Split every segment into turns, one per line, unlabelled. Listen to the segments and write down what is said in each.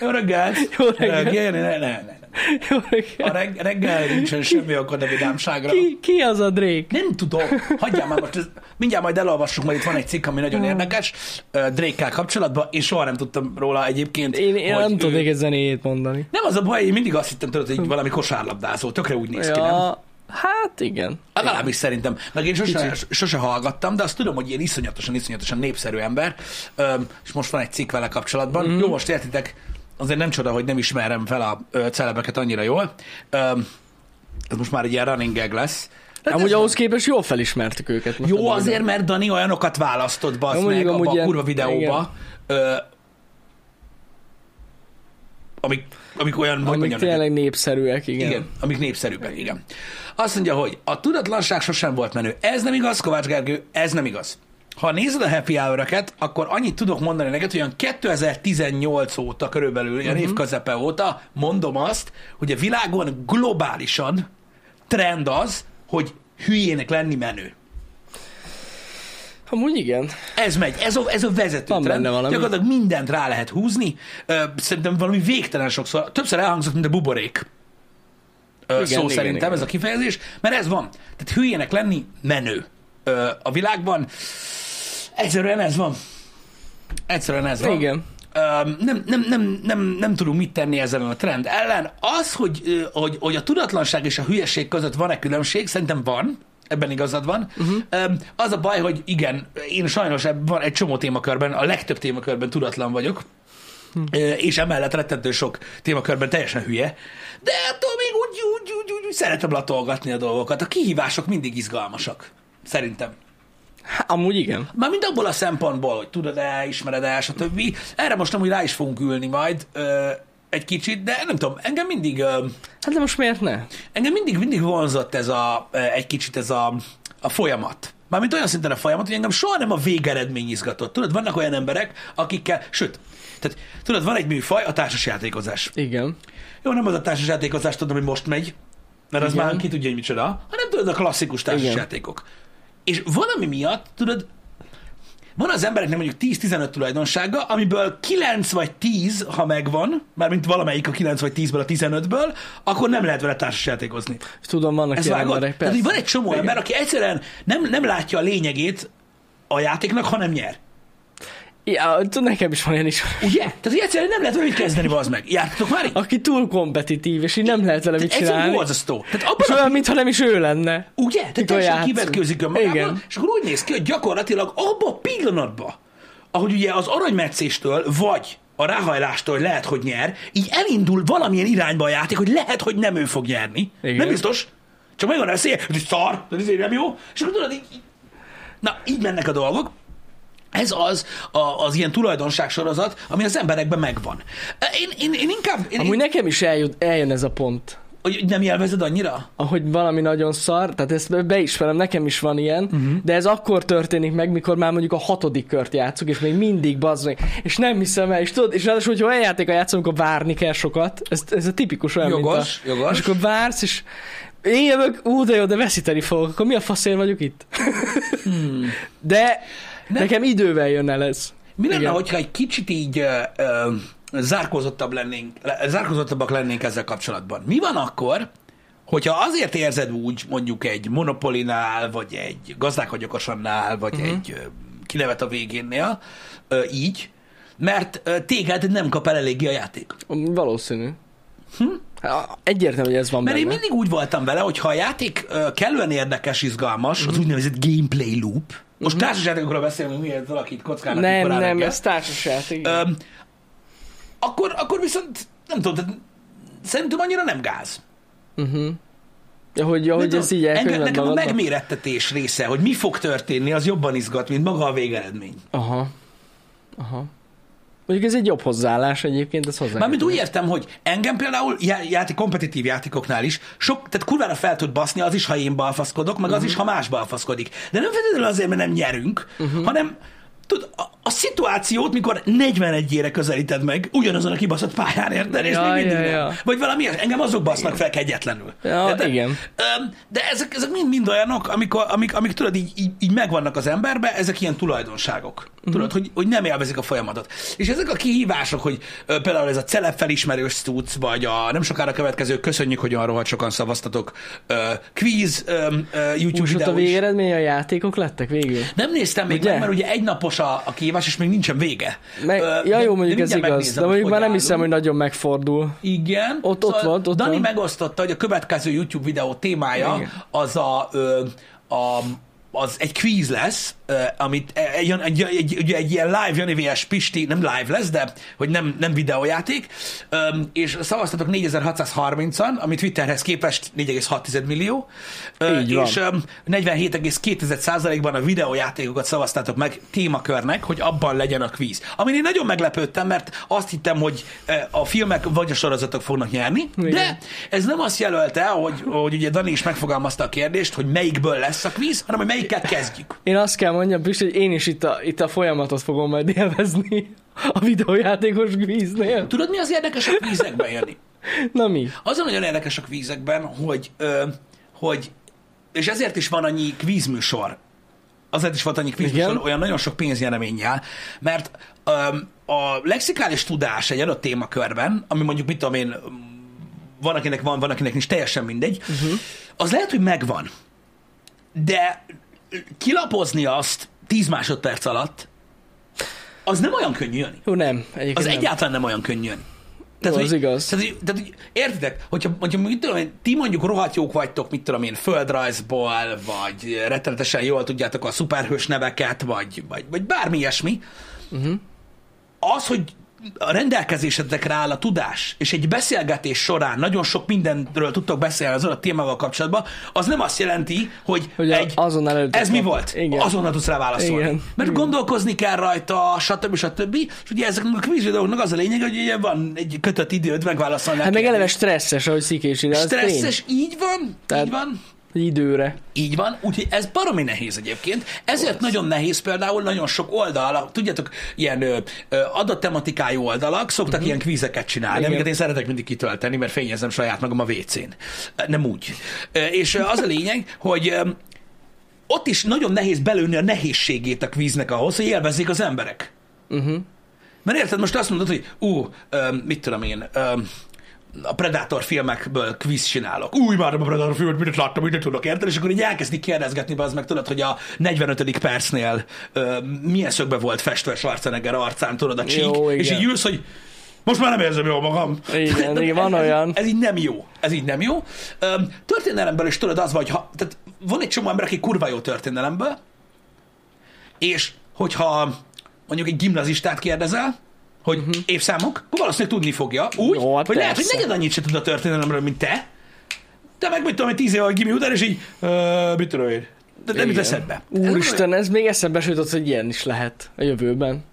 Jó reggelt!
Jó reggelt!
Reggel, ne, ne, ne, ne.
Jó
A
reggelt.
reg, reggel nincsen semmi akadávidámságra.
Ki, ki az a Drake?
Nem tudom. Hagyjál már most, ez- mindjárt majd elolvassuk, mert itt van egy cikk, ami nagyon
Hm.
érdekes, ö, Drake-kel kapcsolatban, és soha nem tudtam róla egyébként,
Én, én
hogy
nem tudok
ő-
egy zenéjét mondani.
Nem az a baj, én mindig azt hittem, tudod, hogy valami kosárlabdázó, tökre úgy néz ki, nem?
Ja, hát igen.
Legalábbis szerintem. Meg én sose, sose hallgattam, de azt tudom, hogy ilyen iszonyatosan, iszonyatosan népszerű ember, Öm, és most van egy cikk vele kapcsolatban.
Mhm.
Mm. Jó, most értitek, azért nem csoda, hogy nem ismerem fel a ö, celebeket annyira jól. Öm, ez most már egy ilyen running gag lesz. Hát
Amúgy
ez
ahhoz képest jól felismertük őket. most
jó
abban
azért, mert Dani olyanokat választott bazd
Amúgy
meg
igen,
abba
amúgy
a
ilyen-
kurva videóba, ö, amik, amik olyan, hogy
Amik
mondjam neked?
tényleg népszerűek, igen.
Igen, amik népszerűbbek, igen. Azt mondja, hogy a tudatlanság sosem volt menő. Ez nem igaz, Kovács Gergő, ez nem igaz. Ha nézed a happy hour akkor annyit tudok mondani neked, hogy olyan 2018 óta, körülbelül ilyen uh-huh. év közepe óta mondom azt, hogy a világon globálisan trend az, hogy hülyének lenni menő.
Amúgy igen.
Ez megy, ez a, ez a vezető
Van
trend.
benne valami.
Gyakorlatilag mindent rá lehet húzni. Ö, Szerintem valami végtelen sokszor, többször elhangzott, mint a buborék. Igen, szó
Igen,
igen,
igen,
szerintem
igen.
ez a kifejezés, mert ez van. Tehát hülyének lenni menő Ö, a világban. Egyszerűen ez van. Egyszerűen ez van.
Igen.
Ö, Nem, nem, nem, nem, nem tudunk mit tenni ezzel a trend ellen. Az, hogy, ö, hogy, hogy a tudatlanság és a hülyeség között van-e különbség, szerintem van, ebben igazad van. Uh-huh. Az a baj, hogy igen, én sajnos eb- van egy csomó témakörben, a legtöbb témakörben tudatlan vagyok, Ö, és emellett rettentő sok témakörben teljesen hülye, de attól még úgy, úgy, úgy, úgy, úgy szeretem latolgatni a dolgokat. A kihívások mindig izgalmasak, szerintem.
Hát, amúgy igen.
Mármint abból a szempontból, hogy tudod-e, ismered-e, stb. Erre most amúgy rá is fogunk ülni majd ö, egy kicsit, de nem tudom, engem mindig, ö,
Hát de most miért ne?
engem mindig, mindig vonzott ez a, ö, egy kicsit ez a, a folyamat. Mármint olyan szinten a folyamat, hogy engem soha nem a végeredmény izgatott. Tudod, vannak olyan emberek, akikkel, sőt, tehát tudod, van egy műfaj, a társasjátékozás.
Igen.
Jó, nem az a társasjátékozás, tudom, hogy most megy, mert az
Igen.
már ki tudja, hogy micsoda, hanem tudod, a klasszikus társasjátékok. És van, ami miatt, tudod, van az embereknek mondjuk 10-15 tulajdonsága, amiből 9 vagy 10, ha megvan, mármint valamelyik a 9 vagy 10-ből a 15-ből, akkor nem lehet vele társasjátékozni.
Tudom, vannak
Ez
ilyen
vágod?
emberek,
Tehát,
persze.
hogy van egy csomó Igen. ember, aki egyszerűen nem, nem látja a lényegét a játéknak, hanem nyer.
Ja, tud, nekem is van ilyen is.
Ugye? Tehát, hogy egyszerűen nem lehet vele mit kezdeni, bazd meg. Jártatok már így?
Aki túl kompetitív, és így nem lehet vele mit
Egyszerűen
csinálni.
borzasztó. Tehát abban
És
a
olyan, mintha nem is ő lenne.
Ugye? Tehát
Mikor
teljesen
játszunk.
kivetkőzik önmagában,
Igen.
és akkor úgy néz ki, hogy gyakorlatilag abba a pillanatban, ahogy ugye az aranymetszéstől, vagy a ráhajlástól hogy lehet, hogy nyer, így elindul valamilyen irányba a játék, hogy lehet, hogy nem ő fog nyerni.
Igen.
Nem biztos. Csak megvan a veszélye, hogy szar, de ezért nem jó. És akkor tudod, így, így- na, így mennek a dolgok. Ez az a, az ilyen tulajdonságsorozat, ami az emberekben megvan. Én, én, én inkább... Én,
Amúgy
én,
nekem is eljut, eljön ez a pont.
hogy nem jelvezed annyira?
ahogy valami nagyon szar, tehát ezt beismerem, nekem is van ilyen,
Mhm.
uh-huh. de ez akkor történik meg, mikor már mondjuk a hatodik kört játszunk, és még mindig bazdmeg, és nem hiszem el, és tudod, és ráadásul, hogyha olyan játéka játszom, akkor várni kell sokat, ez, ez a tipikus olyan,
Jogos,
mint a,
jogos.
És akkor vársz, és én jövök, ú, de jó, de veszíteni fogok, akkor mi a faszért vagyok itt? De
Hmm. Nem.
nekem idővel jön el ez.
Mi lenne,
Igen.
hogyha egy kicsit így ö, ö, zárkózottabb lennénk, le- zárkózottabbak lennénk ezzel kapcsolatban? Mi van akkor, hogyha azért érzed úgy, mondjuk egy monopolinál, vagy egy gazdák vagyok osannál,
Mhm.
vagy uh-huh. egy ö, kinevet a végénnél, ö, így, mert ö, téged nem kap el eléggé a játék.
Valószínű. Hm? Egyértelmű, hogy ez van
Mert
benne.
én mindig úgy voltam vele, hogy ha a játék ö, kellően érdekes, izgalmas,
Mhm.
az úgynevezett gameplay loop, most uh-huh. társasjátékokról beszélünk, miért valaki itt kockának így
nem,
korán
nem,
reggel.
ez társasjáték.
Öm, akkor, akkor viszont nem tudom, tehát szerintem annyira nem gáz.
Uh-huh. Ahogy, ahogy
nem
ez így elkönyved
engem, nekem a
magadba.
megmérettetés része, hogy mi fog történni, az jobban izgat, mint maga a végeredmény.
Aha. Aha. Mondjuk ez egy jobb hozzáállás egyébként, ez hozzá.
Mármint úgy értem, hogy engem például já- játék, kompetitív játékoknál is sok, tehát kurvára fel tud baszni az
Mhm. Mhm.
is, ha én balfaszkodok, meg az is, ha más balfaszkodik. De nem feltétlenül azért, mert nem nyerünk, hanem Tudod, a, a szituációt, mikor 41-ére közelíted meg, ugyanazon a kibaszott pályán, érted? És
Ja,
még mindig
ja,
nem.
ja.
Vagy valami, ilyesmi. engem azok basznak fel kegyetlenül.
Ja,
Érted?
igen.
Öm, De ezek, ezek mind, mind olyanok, amikor, amik, amik tudod, így, így, így megvannak az emberbe, ezek ilyen tulajdonságok.
Mhm.
Tudod, hogy, hogy nem élvezik a folyamatot. És ezek a kihívások, hogy ö, például ez a celebfelismerős cucc, vagy a nem sokára következő, köszönjük, hogy olyan rohadt sokan szavaztatok, ö, quiz, ö, ö, YouTube
És ott a
videó is.
végeredmény a játékok lettek végül?
Nem néztem még
Ugye?
meg, mert ugye egy napos a, a kihívás, és még nincsen vége.
Meg,
Ö,
ja,
de-
jó,
de
mondjuk ez
mindjárt
igaz,
megnézem,
de mondjuk
hogy
már nem
állunk.
hiszem, hogy nagyon megfordul.
Igen. Szóval
Ott- ott volt, ott
Dani
van.
megosztotta, hogy a következő YouTube videó témája
Igen.
az a, ö, a az egy quiz lesz, ö, amit e, egy, egy, egy, egy, egy ilyen live Jani VS Pisti, nem live lesz, de hogy nem, nem videójáték, ö, és szavaztatok 4630-an, ami Twitterhez képest 4,6 millió, ö,
Így van.
és ö, 47,2%-ban a videójátékokat szavaztátok meg témakörnek, hogy abban legyen a kvíz. Amin én nagyon meglepődtem, mert azt hittem, hogy ö, a filmek vagy a sorozatok fognak nyerni,
Igen.
de ez nem azt jelölte, hogy, hogy ugye Dani is megfogalmazta a kérdést, hogy melyikből lesz a kvíz, hanem hogy melyiket kezdjük.
Én azt kell mondjam, Pisti, hogy én is itt a, itt a folyamatot fogom majd élvezni a videójátékos víznél.
Tudod, mi az érdekes a kvízekben, Jani?
Na mi?
Az a nagyon érdekes a kvízekben, hogy, ö, hogy és ezért is van annyi kvízműsor. Azért is volt annyi kvízműsor
Igen.
olyan nagyon sok pénznyereménnyel, mert ö, a lexikális tudás egy adott témakörben, ami mondjuk mit tudom én, van akinek van, van akinek nincs, teljesen mindegy, uh-huh. az lehet, hogy megvan. De kilapozni azt 10 másodperc alatt, az nem olyan könnyű, Jani.
Jó, nem. Egyébként
Az
nem.
egyáltalán nem olyan könnyűen.
Jó, az igaz.
Tehát, hogy- tehát, hogy értitek, hogyha, hogyha mit tudom én, ti mondjuk rohadt jók vagytok, mit tudom én, földrajzból, vagy rettenetesen jól tudjátok a szuperhős neveket, vagy, vagy, vagy bármi ilyesmi,
Mhm.
uh-huh. az, hogy a rendelkezésedekre áll a tudás, és egy beszélgetés során nagyon sok mindenről tudtok beszélni az adott témával kapcsolatban, az nem azt jelenti, hogy,
Hogy a-
egy,
azonnal előtt
ez mi
kap-
volt?
Igen.
Azonnal tudsz rá válaszolni.
Igen.
Mert gondolkozni kell rajta, stb. stb. És ugye ezeknek a quiz videóknak az a lényeg, hogy ugye van egy kötött időd megválaszolni. a
Hát meg
kérdést.
eleve stresszes, ahogy szikés ide. az tény,
Stresszes, így van, Tehát...
Tehát-
így van.
hogy Időre.
Így van, úgyhogy ez baromi nehéz egyébként. Ezért nagyon nehéz például nagyon sok oldal, tudjátok, ilyen ö, ö, adott tematikájú oldalak szoktak uh-huh. ilyen kvízeket csinálni,
Mhm. Igen.
amiket én szeretek mindig kitölteni, mert fényezem saját magam a WC-n. Nem úgy. Ö, És ö, az a lényeg, hogy ö, ott is nagyon nehéz belőni a nehézségét a kvíznek ahhoz, hogy élvezzék az emberek. Mert érted, most azt mondod, hogy ú, öm, mit tudom én, öm, a Predator filmekből quiz csinálok. Új, már a Predator filmet, mindent láttam, mindent tudok, érted? És akkor így elkezdik kérdezgetni, az meg tudod, hogy a 45. percnél öm, milyen szögbe volt festve Schwarzenegger arcán, tudod, a csík,
Jó,
és
igen.
így ülsz, hogy most már nem érzem jól magam.
Igen, igen, van
Ez-
olyan.
Ez így nem jó. Ez így nem jó. Öm, Történelemből is tudod az, vagy ha, tehát van egy csomó ember, aki kurva jó történelemből, és hogyha mondjuk egy gimnazistát kérdezel, hogy uh-huh. évszámok, akkor valószínűleg tudni fogja. Úgy,
Mhm. Jó, hát
hogy lehet, hogy
persze.
negyed annyit se tud a történelemről, mint te. Te meg mit tudom, hogy tíz éve vagy gimi után, és így, ö, mit tudom én. De nem jut
Igen.
eszedbe.
Úristen, ez még eszembe se jutott, hogy ilyen is lehet a jövőben.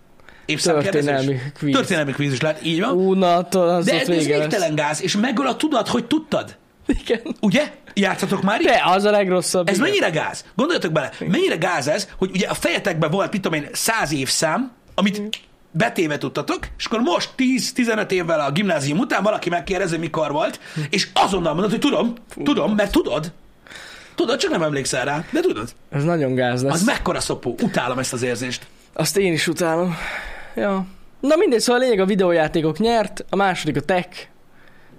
történelmi
történelmi
kvíz.
kvíz.
Történelmi kvíz is lehet, így van.
Ú, szóval na, attól az
De
ott
ez, ez
vége lesz.
végtelen gáz, és megöl a tudat, hogy tudtad.
Igen.
Ugye? Játszhatok már így?
De az a legrosszabb.
Ez
igen.
mennyire gáz? Gondoljatok bele, mennyire gáz ez, hogy ugye a fejetekben volt, mit tudom én, száz évszám, amit betéve tudtatok, és akkor most 10-15 évvel a gimnázium után valaki megkérdezi, mikor volt, és azonnal mondod, hogy tudom, tudom, mert tudod. Tudod, csak nem emlékszel rá, de tudod.
Ez nagyon gáz lesz.
Az mekkora szopó. Utálom ezt az érzést.
Azt én is utálom. Ja. Na mindegy, szóval a lényeg a videójátékok nyert, a második a tech,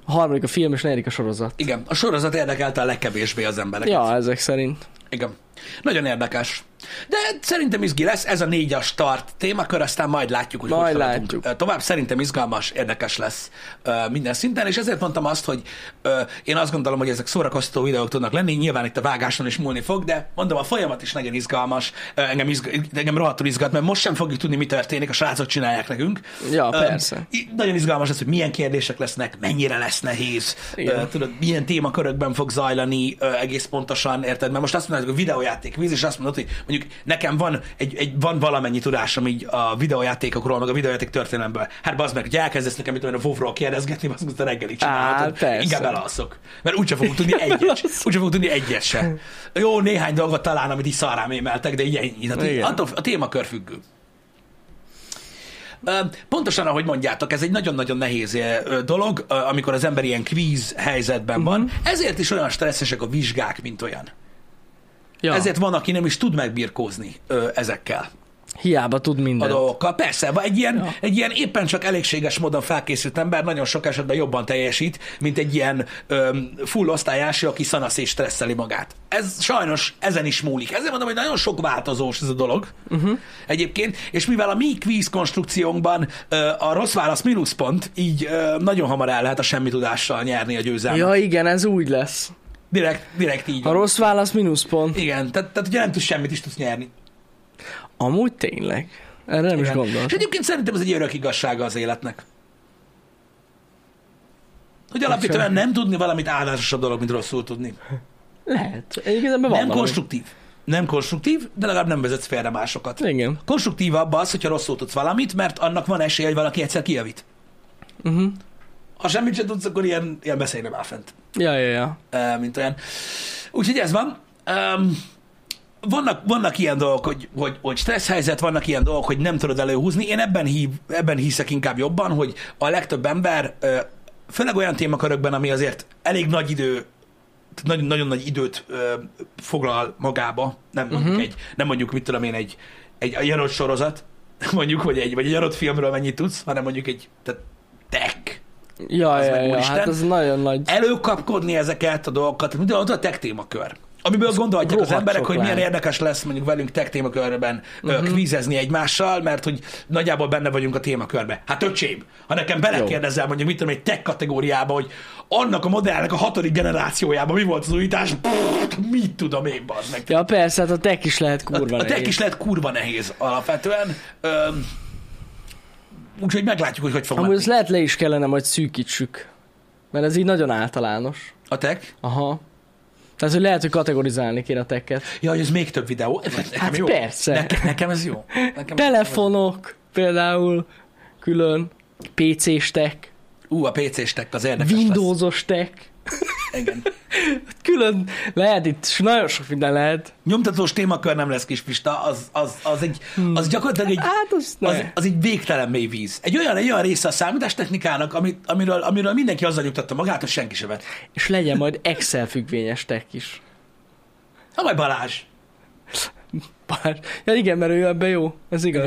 a harmadik a film, és a negyedik a sorozat.
Igen, a sorozat érdekelte a legkevésbé az embereket.
Ja, ezek szerint.
Igen. Nagyon érdekes. De szerintem izgi lesz, ez a négy a start témakör, aztán majd látjuk, hogy
Majd
hogy haladunk.
látjuk.
Ö, Tovább szerintem izgalmas, érdekes lesz ö, minden szinten, és ezért mondtam azt, hogy ö, én azt gondolom, hogy ezek szórakoztató videók tudnak lenni, nyilván itt a vágáson is múlni fog, de mondom, a folyamat is nagyon izgalmas, Ö, engem, izg- engem rohadtul izgat, mert most sem fogjuk tudni, mi történik, a srácok csinálják nekünk.
Ja,
Ö,
persze.
í- Nagyon izgalmas az, hogy milyen kérdések lesznek, mennyire lesz nehéz,
Igen.
Ö, tudod, milyen témakörökben fog zajlani ö, egész pontosan, érted? Mert most azt mondod, hogy videójáték víz, és azt mondod, hogy mondjuk nekem van, egy, egy, van valamennyi tudásom így a videójátékokról, meg a videójáték történelemből. Hát bazd meg, hogy elkezdesz nekem, mit tudom én, a WoW-ról kérdezgetni, azt mondod, reggelig csinálhatod.
persze.
Inkább elalszok. Mert úgyse fogok tudni egyet. se. Úgyse fogok tudni egyet sem. Jó, néhány dolgot talán, amit így szarám émeltek, de így ennyi. Tehát, így
Igen.
attól, a témakör függő. Ö, Pontosan, ahogy mondjátok, ez egy nagyon-nagyon nehéz ö, dolog, ö, amikor az ember ilyen kvíz helyzetben van. Ezért is olyan stresszesek a vizsgák, mint olyan.
Ja,
Ezért van, aki nem is tud megbirkózni ö, ezekkel
hiába tud
a
mindent.
dolgokkal. Persze, van egy ilyen, egy ilyen éppen csak elégséges módon felkészült ember nagyon sok esetben jobban teljesít, mint egy ilyen öm, full osztályási, aki szanaszét stresszeli magát. Ez sajnos ezen is múlik. Ezért mondom, hogy nagyon sok változós ez a dolog uh-huh. egyébként, és mivel a mi kvíz konstrukciónkban ö, a rossz válasz mínuszpont, így ö, nagyon hamar el lehet a semmi tudással nyerni a győzelmet. Ja.
Ja, igen, ez úgy lesz.
Direkt, direkt így.
A
van.
rossz válasz mínuszpont.
Igen, tehát, tehát ugye nem tudsz semmit is tudsz nyerni.
Amúgy tényleg. Erre nem is
Igen.
gondoltam.
És egyébként szerintem ez egy örök igazsága az életnek. Hogy alapvetően nem tudni valamit áldásosabb dolog, mint rosszul tudni.
Lehet. Igazából van
nem
valami.
konstruktív. Nem konstruktív, de legalább nem vezetsz félre másokat.
Igen.
Konstruktívabb az, hogyha rosszul tudsz valamit, mert annak van esélye, hogy valaki egyszer kijavít.
Uh-huh.
Ha semmit sem tudsz, akkor ilyen, ilyen beszélni már fent.
Ja, ja, ja.
Ö, mint olyan. Úgyhogy ez van. Öm, Vannak, vannak ilyen dolgok, hogy, hogy, hogy stressz helyzet, vannak ilyen dolgok, hogy nem tudod előhúzni. Én ebben, hív, ebben hiszek inkább jobban, hogy a legtöbb ember, ö, főleg olyan témakörökben, ami azért elég nagy idő, tehát nagyon, nagyon nagy időt ö, foglal magába, nem mondjuk uh-huh. egy, nem mondjuk mit tudom én, egy, egy, egy adott sorozat, mondjuk, vagy egy, vagy egy adott filmről mennyit tudsz, hanem mondjuk egy, tehát tech,
Ja,
Az
ja,
meg
ja,
úristen. E-
hát az nagyon nagy.
előkapkodni ezeket a dolgokat, mint ott a tech témakör. Amiből gondolhatják az
rohadt
emberek,
sok
hogy milyen
lehet. Mhm.
érdekes lesz mondjuk velünk tech témakörben uh-huh. kvízezni egymással, mert hogy nagyjából benne vagyunk a témakörbe. Hát öcsém, ha nekem belekérdezel mondjuk, mit tudom, egy tech kategóriába, hogy annak a modellnek a hatodik generációjában mi volt az újítás, pff, mit tudom én, bazd meg.
Ja, persze, hát a tek is lehet
A,
kurva
a tech
nehéz.
is lehet kurva nehéz alapvetően. Öm, úgyhogy meglátjuk, hogy hogy fog
Amúgy
menni.
ezt lehet le is kellene majd szűkítsük. Mert ez így nagyon általános.
A tech?
Aha. Tehát, hogy lehet, hogy kategorizálni kéne a teket.
Ja, hogy ez még több videó. Nekem
Hát
jó.
persze.
Nekem, nekem ez jó. Nekem
Telefonok például külön, PC-s tek,
Ú, a PC-s tech az érdekes lesz.
Windows-os tek,
Igen.
külön lehet itt, s nagyon sok minden lehet.
Nyomtatós témakör nem lesz kis Pista, az, az, az, egy, az gyakorlatilag egy,
Hát az ne.
az, az egy végtelen mély víz. Egy olyan, egy olyan része a számítástechnikának, amit, amiről, amiről mindenki azzal nyugtatta magát, hogy senki se vett.
És legyen majd Excel függvényes tek is.
Na majd Balázs.
Bár, ja igen, mert ő ebben jó, ez igaz.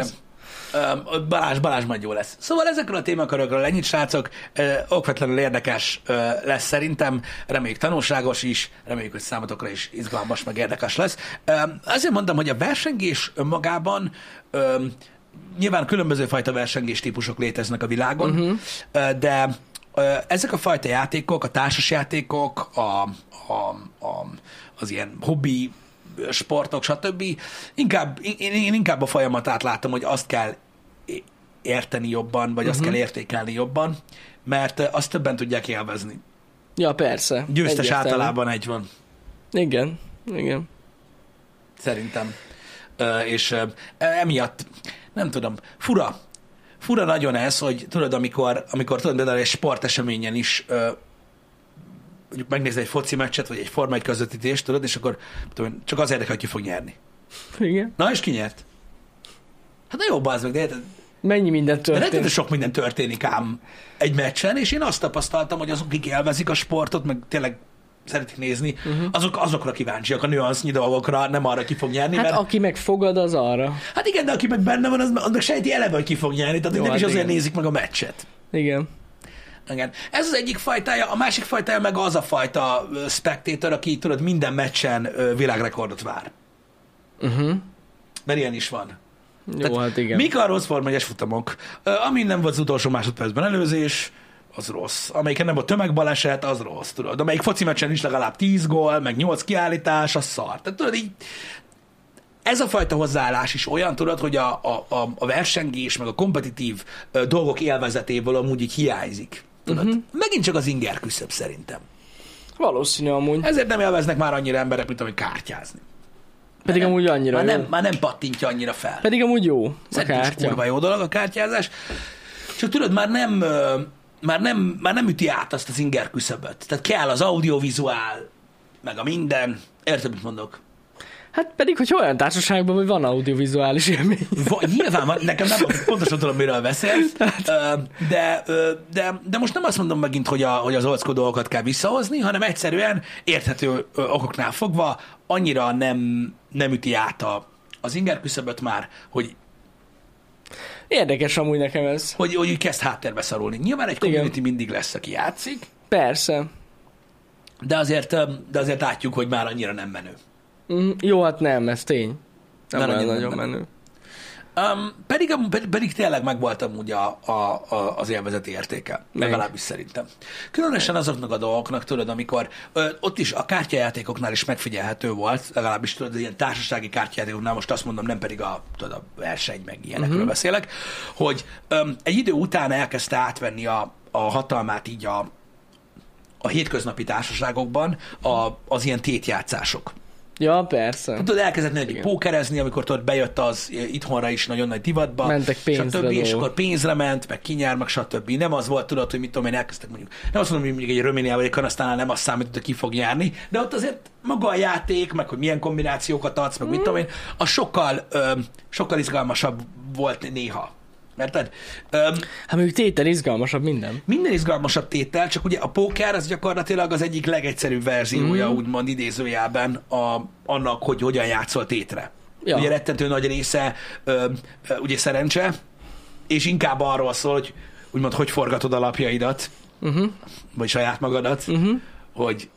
Igen. Öm, Balázs, Balázs majd jó lesz. Szóval ezekről a témakörökről ennyit, srácok. Ö, Okvetlenül érdekes ö, lesz szerintem. Reméljük tanulságos is, reméljük, hogy számotokra is izgalmas, meg érdekes lesz. Öm, Azért mondtam, hogy a versengés önmagában öm, nyilván különböző fajta versengés típusok léteznek a világon, uh-huh. de ö, ezek a fajta játékok, a társasjátékok, a, a, a, az ilyen hobbi sportok, stb. Inkább, én, én inkább a folyamatát látom, hogy azt kell é- érteni jobban, vagy azt kell értékelni jobban, mert ö, azt többen tudják élvezni.
Ja, persze.
Győztes
Egyértelmű.
általában egy van.
Igen, igen.
szerintem. Ö, és ö, e, emiatt, nem tudom, fura. Fura nagyon ez, hogy tudod, amikor, amikor tudod, például egy sporteseményen is ö, mondjuk megnézni egy foci meccset, vagy egy Forma 1 közvetítést, tudod, és akkor tudom, én, csak az érdekel, hogy ki fog nyerni.
Igen.
Na, és ki nyert? Hát na jó, bazd meg, de érted?
Mennyi minden történt.
Rettető sok minden történik ám egy meccsen, és én azt tapasztaltam, hogy azok, akik élvezik a sportot, meg tényleg szeretik nézni,
Mhm.
uh-huh. azok azokra kíváncsiak, a nüansznyi dolgokra, nem arra ki fog nyerni,
Hát
mert
aki meg fogad, az arra.
Hát igen, de aki meg benne van, az, annak sejti eleve, hogy ki fog nyerni, tehát
Jó,
nem is
hát
azért
igen.
nézik meg a meccset.
Igen.
Igen. Ez az egyik fajtája, a másik fajtája meg az a fajta ö, spectator, aki tudod, minden meccsen ö, világrekordot vár.
Uh-huh.
Mert ilyen is van.
Jó,
Tehát
hát igen.
Mik a rossz Forma 1-es futamok? Ö, Amin nem volt az utolsó másodpercben előzés, az rossz. Amelyiken nem volt tömegbaleset, az rossz, tudod. Amelyik foci meccsen is legalább 10 gól, meg 8 kiállítás, az szar. Tehát tudod, így ez a fajta hozzáállás is olyan, tudod, hogy a, a, a, a versengés, meg a kompetitív ö, dolgok élvezetéből amúgy így hiányzik. Tudod?
Mhm.
Uh-huh. Megint csak az inger küszöb szerintem.
Valószínű amúgy.
Ezért nem élveznek már annyira emberek, mint ami kártyázni.
Pedig
nem-
amúgy annyira
Már
jó.
nem, már nem pattintja annyira fel.
Pedig amúgy jó a
Szerintem is
kártya.
kurva jó dolog a kártyázás. Csak tudod, már nem, ö, már nem, már nem üti át azt az inger küszöböt. Tehát kell az audiovizuál, meg a minden. Érted, mit mondok?
Hát pedig, hogy olyan társaságban, hogy van audiovizuális élmény.
Va, nyilván van, nekem nem pontosan tudom, miről beszélsz, ö, de, ö, de, de most nem azt mondom megint, hogy, a, hogy az oldschool dolgokat kell visszahozni, hanem egyszerűen érthető ö, okoknál fogva annyira nem, nem üti át a, az inger küszöböt már, hogy,
Érdekes amúgy nekem ez.
hogy, hogy így kezd háttérbe szorulni. Nyilván egy
Igen.
community mindig lesz, aki játszik,
Persze.
de azért, ö, de azért látjuk, hogy már annyira nem menő.
Mm, Jó, hát nem, ez tény. Nem
Nem
olyan
nagyon,
nagyon
nem.
menő.
Um, pedig, pedig, pedig tényleg megvolt amúgy a, a, a, az élvezeti értéke,
Meg.
legalábbis szerintem. Különösen azoknak a dolgoknak, tudod, amikor ö, ott is a kártyajátékoknál is megfigyelhető volt, legalábbis tudod, ilyen társasági kártyajátékoknál, most azt mondom, nem pedig a, tudod, a verseny, meg ilyenekről uh-huh. beszélek, hogy öm, egy idő után elkezdte átvenni a, a hatalmát így a, a hétköznapi társaságokban a, az ilyen tétjátszások.
Ja, persze.
Tudod, elkezdett neki
Igen.
pókerezni, amikor tudod, bejött az eh, itthonra is nagyon nagy divatba.
Mentek pénzre
stb. És
dolgok.
akkor pénzre ment, meg kinyár, meg stb. Nem az volt, tudod, hogy mit tudom én, elkezdtek mondjuk. Nem azt mondom, hogy mondjuk egy Romániában, vagy egy Kanasztánál nem azt számított, hogy ki fog járni, de ott azért maga a játék, meg hogy milyen kombinációkat adsz,
Mm.
meg mit tudom én, az sokkal, öm, sokkal izgalmasabb volt néha. Érted? Öm,
Hát mondjuk tétel izgalmasabb minden.
minden izgalmasabb tétel, csak ugye a póker az gyakorlatilag az egyik legegyszerűbb verziója, mm.
Mhm.
úgymond idézőjelben a, annak, hogy hogyan játszol tétre. Ja.
Ja.
Ugye rettentő nagy része ö, ö, ugye szerencse, és inkább arról szól, hogy úgymond hogy forgatod a lapjaidat,
Uh-huh.
vagy saját magadat,
Uh-huh.
hogy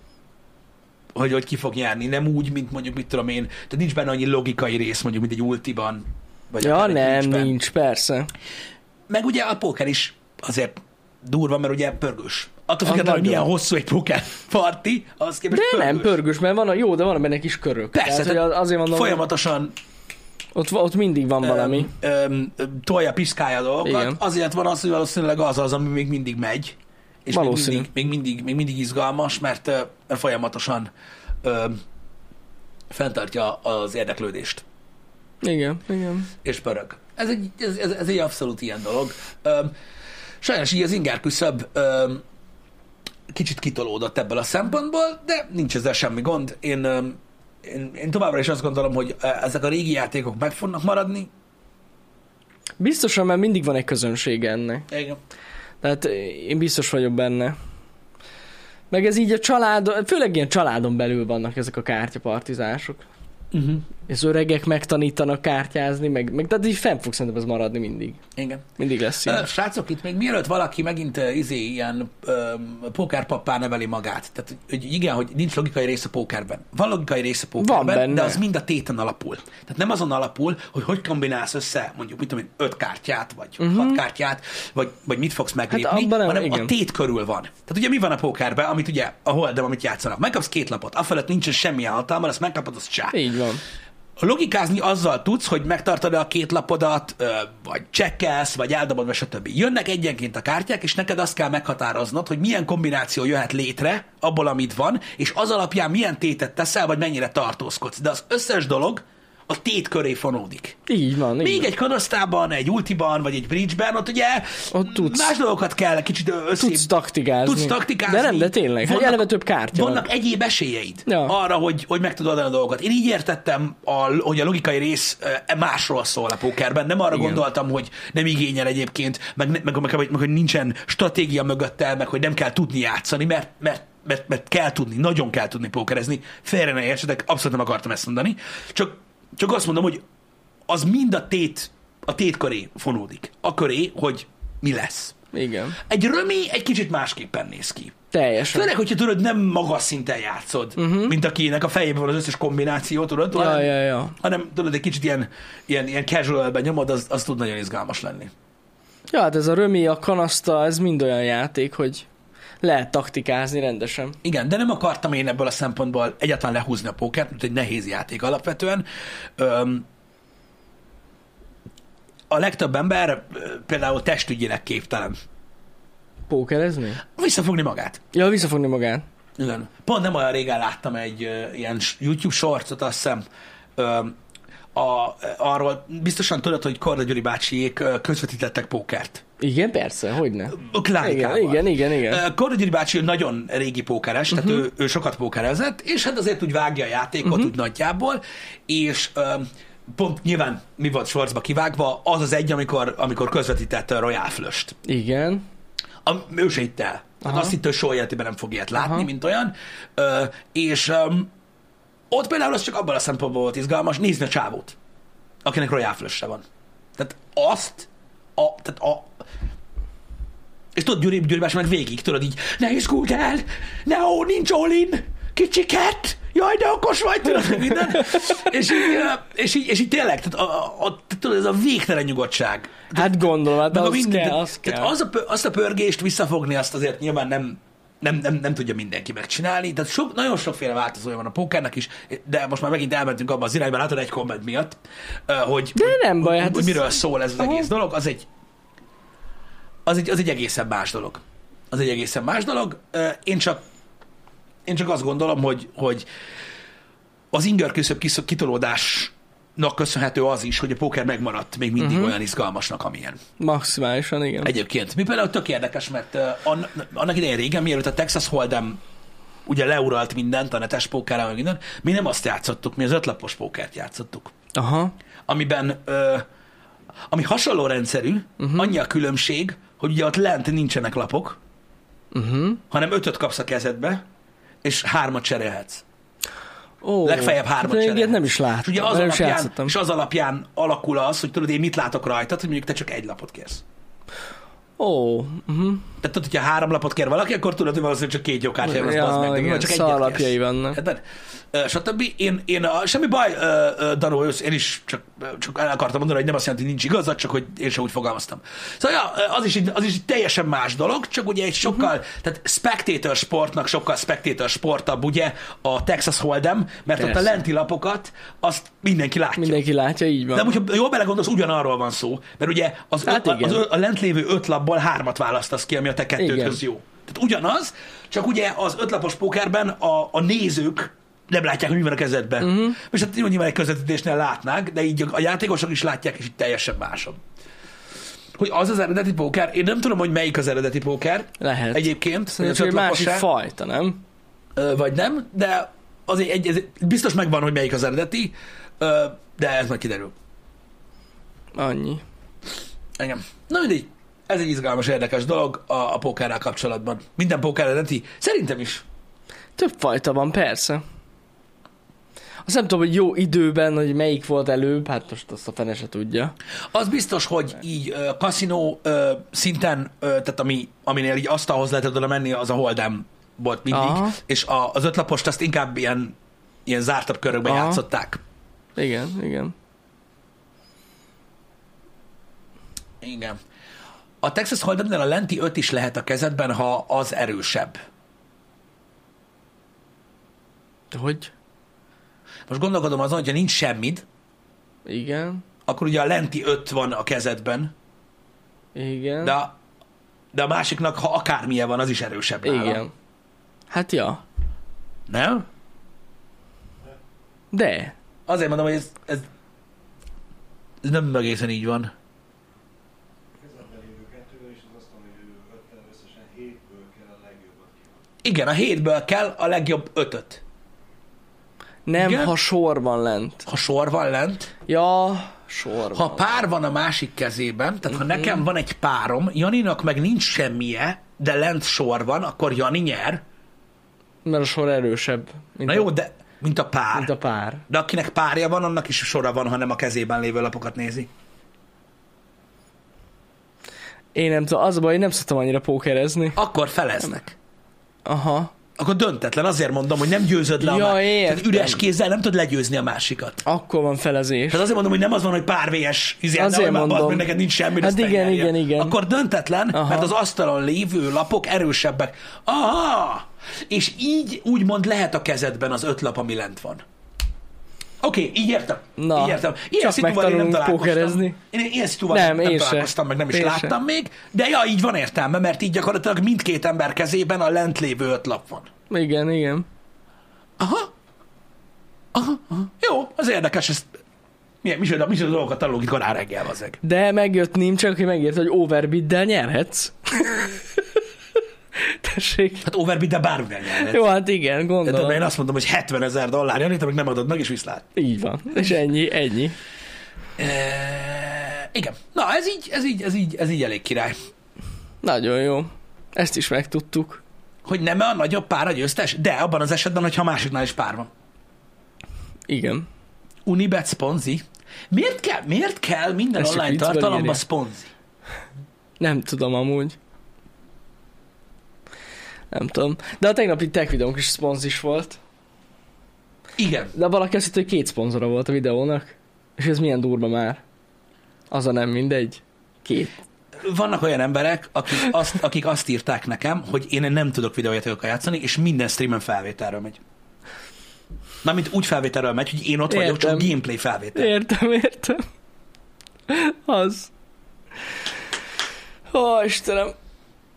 hogy, hogy ki fog nyerni, nem úgy, mint mondjuk, mit tudom én, tehát nincs benne annyi logikai rész, mondjuk, mint egy ultiban, vagy
Ja,
akár egy
nem,
kincsben.
nincs, persze.
Meg ugye a póker is azért durva, mert ugye pörgős. Attól
Az
függetlenül, hogy milyen
nagyon.
hosszú egy póker parti, az képest
De
pörgős.
nem pörgős, mert van a, jó, de van benne kis körök.
Persze,
Tehát, hogy
tehát
az- azért mondom, hogy
folyamatosan
ott, va- ott mindig van valami.
Öm, öm, tolja, piszkálja a dolgokat. Igen.
Igen.
Azért van az, hogy valószínűleg az az, ami még mindig megy. És még
Valószínű.
mindig, még, mindig, még mindig izgalmas, mert, ö, mert folyamatosan öm, fenntartja az érdeklődést.
Igen, igen.
és pörög. Ez egy, ez, ez, ez egy abszolút ilyen dolog. Öm, sajnos így az inger küszöb öm, kicsit kitolódott ebből a szempontból, de nincs ezzel semmi gond. Én, öm, én, én továbbra is azt gondolom, hogy ö, ezek a régi játékok meg fognak maradni.
Biztosan, mert mindig van egy közönség ennek.
Igen.
Tehát eh, én biztos vagyok benne. Meg ez így a család, főleg ilyen családon belül vannak ezek a kártyapartizások.
Uh-huh.
És öregek megtanítanak kártyázni, meg, meg tehát így fenn fog szerintem ez maradni mindig.
Igen.
Mindig lesz
Ö,
ilyen.
Srácok, itt még mielőtt valaki megint ö, izé, ilyen öm, pókerpappá neveli magát. Tehát, hogy igen, hogy nincs logikai rész a pókerben. Van logikai rész a pókerben,
Van benne.
de az mind a téten alapul. Tehát nem azon alapul, hogy hogy kombinálsz össze mondjuk, mit tudom én, öt kártyát, vagy uh-huh. hat kártyát, vagy, vagy mit fogsz meglépni,
Mhm. Hát abban nem,
hanem a
igen.
tét körül van. Tehát ugye mi van a pókerben, amit ugye a holdem, amit játszanak. Megkapsz két lapot, afölött nincsen semmilyen hatalma, azt megkapod, az csá.
Így van.
Logikázni azzal tudsz, hogy megtartod a két lapodat, ö, vagy csekkelsz, vagy eldobod, vagy stb. Jönnek egyenként a kártyák, és neked azt kell meghatároznod, hogy milyen kombináció jöhet létre abból, amit van, és az alapján milyen tétet teszel, vagy mennyire tartózkodsz. De az összes dolog a tét köré fonódik.
Így van, így
Még
van.
egy kanasztában, egy ultiban, vagy egy bridgeben, ott ugye
Ott tudsz.
más dolgokat kell kicsit össze...
Tudsz taktikázni.
Tudsz taktikázni.
De nem, de tényleg. Vannak,
Vannak-
hát eleve több kártya van.
vannak egyéb esélyeid ja.
Ja.
arra, hogy, hogy meg tudod adni a dolgokat. Én így értettem, a, hogy a logikai rész eh, másról szól a pókerben. Nem arra Igen. gondoltam, hogy nem igényel egyébként, meg, ne- meg, meg, meg, meg hogy nincsen stratégia mögötte, meg hogy nem kell tudni játszani, mert, mert mert, mert kell tudni, nagyon kell tudni pókerezni. Félre ne értsetek, abszolút nem akartam ezt mondani. Csak, csak azt mondom, hogy az mind a tét, a tét köré fonódik. A köré, hogy mi lesz.
Igen.
Egy römi egy kicsit másképpen néz ki.
Teljesen.
Főleg, hogyha tudod, nem magas szinten játszod, uh-huh. mint akinek a fejében van az összes kombináció, tudod,
Mhm. Ja,
hanem,
ja, ja.
hanem tudod, egy kicsit ilyen, ilyen, ilyen casual-ben nyomod, az, az tud nagyon izgalmas lenni.
Ja, hát ez a römi, a kanaszta, ez mind olyan játék, hogy lehet taktikázni rendesen.
Igen, de nem akartam én ebből a szempontból egyáltalán lehúzni a pókert, mert egy nehéz játék alapvetően. Öm, a legtöbb ember ö, például testügyileg képtelen
Pókerezni?
visszafogni magát.
Ja, visszafogni magát.
Igen. Pont nem olyan régen láttam egy ö, ilyen s- YouTube shortot, azt hiszem, ö, a, arról biztosan tudod, hogy Korda Gyuri bácsiék ö, közvetítettek pókert.
Igen, persze, hogy ne.
A
Igen,
Klárikával.
igen, igen, Mhm. igen.
Ö, Korda Gyuri bácsi ő nagyon régi pókeres, tehát uh-huh. ő, ő sokat pókerezett, és hát azért úgy vágja a játékot
Mhm.
uh-huh. úgy nagyjából, és ö, pont nyilván mi volt sorcba kivágva, az az egy, amikor, amikor közvetített a Royal Flöst.
Igen.
A, ő se hitte el. Hát
Aha.
azt hitte, hogy soha életében nem fog ilyet látni,
Aha.
mint olyan. Ö, és ö, ott például az csak abban a szempontból volt izgalmas, nézni a csávót, akinek Royal Flush-e van. Tehát azt, a, tehát a, és tudod, Gyuri, Gyuri bácsi meg végig, tudod így, ne izguld el, ne ó, nincs Olin, kicsiket, jaj, de okos vagy, tudod, meg minden. És így, ö, és így, és így tényleg, tehát a, a, a, tudod, ez a végtelen nyugodtság.
Hát gondolom, hát
Meg a
az
minden,
kell, az
tehát
kell.
Az a, pö- azt a pörgést visszafogni, azt azért nyilván nem, nem, nem, nem tudja mindenki megcsinálni. Tehát sok, nagyon sokféle változója van a pókernek is, de most már megint elmentünk abba az irányba, látod egy komment miatt, ö, hogy,
De nem baj,
hogy,
hát
hogy
ez-
miről szól ez az
Aha.
egész dolog, az egy, az egy, az egy egészen más dolog. Az egy egészen más dolog. Ö, Én csak, én csak azt gondolom, hogy, hogy az inger küszöb kisz- kitolódásnak köszönhető az is, hogy a póker megmaradt még mindig
Mhm.
uh-huh. olyan izgalmasnak, amilyen.
Maximálisan, igen.
Egyébként. Mi például tök érdekes, mert ö, ann- annak idején régen, mielőtt a Texas Hold'em ugye leuralt mindent, a netes pókerrel, meg minden, mi nem azt játszottuk, mi az ötlapos pókert játszottuk,
Aha.
amiben, ö, ami hasonló rendszerű,
Mhm.
uh-huh. annyi a különbség, hogy ugye ott lent nincsenek lapok,
Uh-huh.
hanem ötöt kapsz a kezedbe, és hármat cserélhetsz.
Ó,
Legfeljebb hármat
hát én
cserélhetsz.
Ilyet nem is
És
láttam.
ugye az
nem is
alapján,
játszottam.
és az alapján alakul az, hogy tudod, én mit látok rajtad, hogy mondjuk te csak egy lapot kérsz.
Ó, uh-huh.
Tehát tudod, hogyha három lapot kér valaki, akkor tudod, hogy valószínűleg csak két jogkát jel, az
Ja,
ja, meg, de mi
igen,
van, csak egyet
szarlapjai
kérsz.
vannak.
Érted? Ö, Stb. Én, én a, semmi baj, ö, ö, Danó, ősz, én is csak, ö, csak el akartam mondani, hogy nem azt jelenti, hogy nincs igazad, csak hogy én sem úgy fogalmaztam. Szóval ja, ö, az is, egy- az is egy teljesen más dolog, csak ugye egy sokkal,
Mhm.
uh-huh. tehát spectator sportnak sokkal spectator sportabb ugye a Texas Hold'em, mert Persze. ott a
Persze.
lenti lapokat, azt mindenki látja.
mindenki látja, így van.
De amúgy, ha jól belegondolsz, ugyanarról van szó. Mert ugye az,
Hát
hát ö,
igen.
az ö, a lent lévő öt lapból hármat választasz ki, ami a te kettődhöz
Igen.
jó. Tehát ugyanaz, csak ugye az ötlapos pókerben a, a nézők nem látják, hogy mi van a kezedben.
Mhm.
Uh-huh. És hát jó, nyilván egy közvetítésnél látnák, de így a- a játékosok is látják, és így teljesen másom. Hogy az az eredeti póker, én nem tudom, hogy melyik az eredeti póker
Lehet.
egyébként, vagy az
Szerintem egy másik
ötlapos-e,
fajta, nem?
ö, vagy nem, de az egy, egy, ez- biztos megvan, hogy melyik az eredeti, ö, de ez majd kiderül.
Annyi.
Engem. Na mindegy. Ez egy izgalmas, érdekes dolog a, a pókerrel kapcsolatban. Minden póker eredeti. Szerintem is.
Több fajta van, persze. Azt nem tudom, hogy jó időben, hogy melyik volt előbb, hát most azt a fene se tudja.
Az biztos, hogy így ö, kaszinó ö, szinten, ö, tehát ami, aminél így asztalhoz lehetett oda menni, az a holdem volt mindig,
Aha.
Aha. és a, az ötlapost azt inkább ilyen, ilyen zártabb körökben
Aha.
Aha. játszották.
Igen, igen.
Igen. A Texas Hold'emnél a lenti öt is lehet a kezedben, ha az erősebb.
De hogy?
Most gondolkodom azon, hogyha nincs semmid,
Igen,
akkor ugye a lenti öt van a kezedben,
igen.
De, a- de a másiknak, ha akármilyen van, az is erősebb nála.
Igen. Hát ja.
Nem?
De.
Azért mondom, hogy ez, ez, ez nem egészen így van.
Közben lévő kettővel és az asztalon lévő öttel összesen hétből kell a legjobbat kihozni.
Igen, a hétből kell a legjobb ötöt.
Nem,
Igen?
ha sor van lent.
Ha sor van lent,
Ja, sor
ha
van.
pár van a másik kezében, tehát ha nekem van egy párom, Janinak meg nincs semmije, de lent sor van, akkor Jani nyer.
Mert a sor erősebb, mint,
Na
a,
jó, de mint a pár.
mint a pár.
De akinek párja van, annak is sora van, ha nem a kezében lévő lapokat nézi.
Én nem tudom, az a baj, én nem szoktam annyira pókerezni.
Akkor feleznek.
Aha.
Akkor döntetlen, azért mondom, hogy nem győzöd le a
Ja,
má-
értem.
Tehát üres kézzel nem tudod legyőzni a másikat.
Akkor van felezés.
Tehát hát azért mondom, hogy nem az van, hogy pár vs. Izé,
Azért
azért mondom.
mondom.
Az, mert neked nincs semmi,
Hát
aztán
igen,
nyerjen.
igen, igen.
Akkor döntetlen,
Aha.
Aha. mert az asztalon lévő lapok erősebbek. Aha! És így úgymond lehet a kezedben az öt lap, ami lent van. Oké, okay, így értem.
Na,
így értem.
csak
Ilyen szituval én nem
megtanulunk
találkoztam.
pókerezni.
Én ilyen szituval
Nem,
nem,
én
nem
se.
találkoztam, meg nem is
Én se.
láttam még, de ja, így van értelme, mert így gyakorlatilag mindkét ember kezében a lent lévő öt lap van.
Igen, igen.
Aha. Aha, aha. Jó, az érdekes, ezt Milyen, micsoda, micsoda dolgokat tanulok itt korán reggel, azek.
De megjött Nimcsek, aki megírta, hogy overbiddel nyerhetsz. Tessék.
Hát overbid, de bármivel nyelhet.
Jó, hát igen,
De tudom,
gondolom.
én azt mondom, hogy 70 ezer dollár, Jani, te meg nem adod meg, és viszlát.
Így van. És ennyi, ennyi.
E, igen. Na, ez így, ez így, ez így, ez így elég király.
Nagyon jó. Ezt is megtudtuk.
Hogy nem a nagyobb pár a győztes? De abban az esetben, hogyha a másiknál is pár van.
Igen.
Unibet szponzi. Miért kell, miért kell minden
Ez
Ez
csak
online
viccből
tartalomba
írja.
szponzi?
Nem tudom amúgy. Nem tudom. De a tegnapi tech videónk is szponz is volt.
Igen.
De valaki azt hitt, hogy két szponzora volt a videónak. És ez milyen durva már. Az a nem mindegy. Két.
Vannak olyan emberek, akik azt, akik azt írták nekem, hogy én nem tudok videójátékokkal játszani, és minden streamen felvételről megy. Na, mint úgy felvételről megy, hogy én ott vagyok,
Értem.
csak gameplay felvétel.
Értem, értem. Az. Ó, Istenem.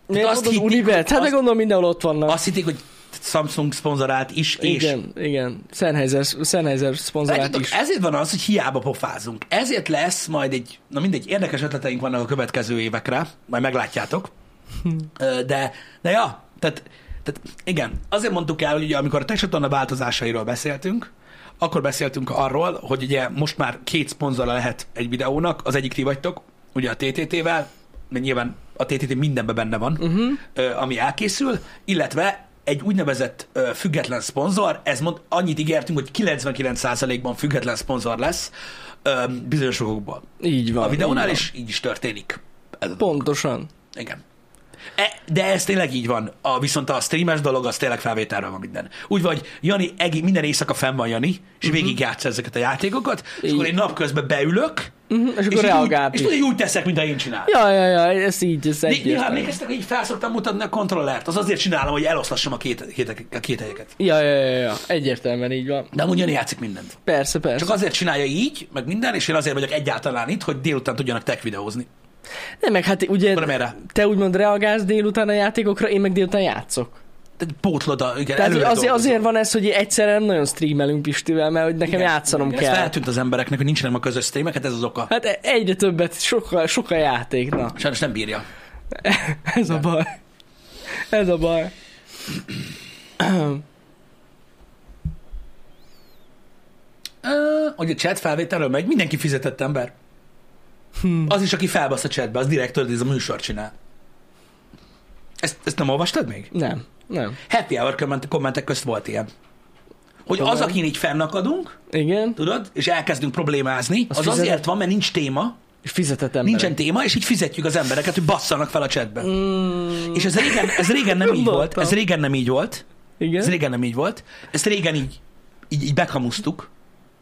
Miért
azt
azt mondod
hitték,
Unibet? Hát
azt-
de gondolom mindenhol ott vannak.
Azt hitték, hogy Samsung szponzorált is, és
Igen, igen. Sennheiser, Sennheiser szponzorát
Látjátok,
is.
ezért van az, hogy hiába pofázunk. Ezért lesz majd egy, na mindegy, érdekes ötleteink vannak a következő évekre, majd meglátjátok. Ö, De, de ja, tehát, tehát igen, azért mondtuk el, hogy ugye, amikor a Texatorna változásairól beszéltünk, akkor beszéltünk arról, hogy ugye most már két szponzora lehet egy videónak, az egyik ti vagytok, ugye a TTT-vel, mert nyilván a TTT mindenben benne van,
Mhm.
uh-huh. ami elkészül, illetve egy úgynevezett ö, független szponzor, ez mond, annyit ígértünk, hogy 99%-ban független szponzor lesz ö, bizonyos okokból.
Így van.
A videónál
így van.
is így is történik. Ez a
Pontosan.
igen. E, de ez tényleg így van. A, viszont a streames dolog, az tényleg felvételről van minden. Úgy vagy, Jani, egi, minden éjszaka fenn van Jani, és uh-huh. végig játsz ezeket a játékokat, és akkor
Mhm. Így.
én napközben beülök,
Uh-huh,
Mhm,
és
és,
akkor
így úgy,
reagál.
és tudod, így úgy teszek, mint én csinálom.
Ja, ja, ja, ez így, ez
Né- Néha
egyértelmű.
emlékeztek, hogy így felszoktam mutatni a kontrollert. Az azért csinálom, hogy eloszlassam a két, két, a két helyeket.
Ja, ja, ja, ja, egyértelműen így van.
De amúgy Jani játszik mindent.
Persze, persze.
Csak azért csinálja így, meg minden, és én azért vagyok egyáltalán itt, hogy délután tudjanak tech videózni.
Nem, meg hát ugye
Gondolom erre.
te úgymond reagálsz délután a játékokra, én meg délután játszok.
Tehát pótlod a... Igen,
Tehát
előre
azért,
dolgozol.
azért van ez, hogy egyszerre nem nagyon streamelünk Pistivel, mert hogy nekem
Igen,
játszanom
igen,
kell.
Ez feltűnt az embereknek, hogy nincsenek a közös streamek, hát ez az oka.
Hát e- egyre többet, sokkal, sokkal játék, na.
Sajnos nem bírja.
Ez a baj. Ez a baj.
Ö, Hogy a chat felvételről megy, mindenki fizetett ember.
Hm.
Az is, aki felbasz a chatbe, az direkt tudod, ez a műsor csinál. Ezt, ezt nem olvastad még?
Nem, nem.
Happy hour komment- kommentek közt volt ilyen. Hogy az,
Komolyan?
akin így fennakadunk,
Igen,
tudod, és elkezdünk problémázni,
Az
az
fizet-
azért van, mert nincs téma,
és fizetett ember.
nincsen téma, és így fizetjük az embereket, hogy basszanak fel a chatbe.
Mm,
És ez régen, ez régen nem így volt,
Gondoltam.
ez régen nem így volt. Ez
igen.
régen nem így volt. Ezt régen így, így, így bekamusztuk,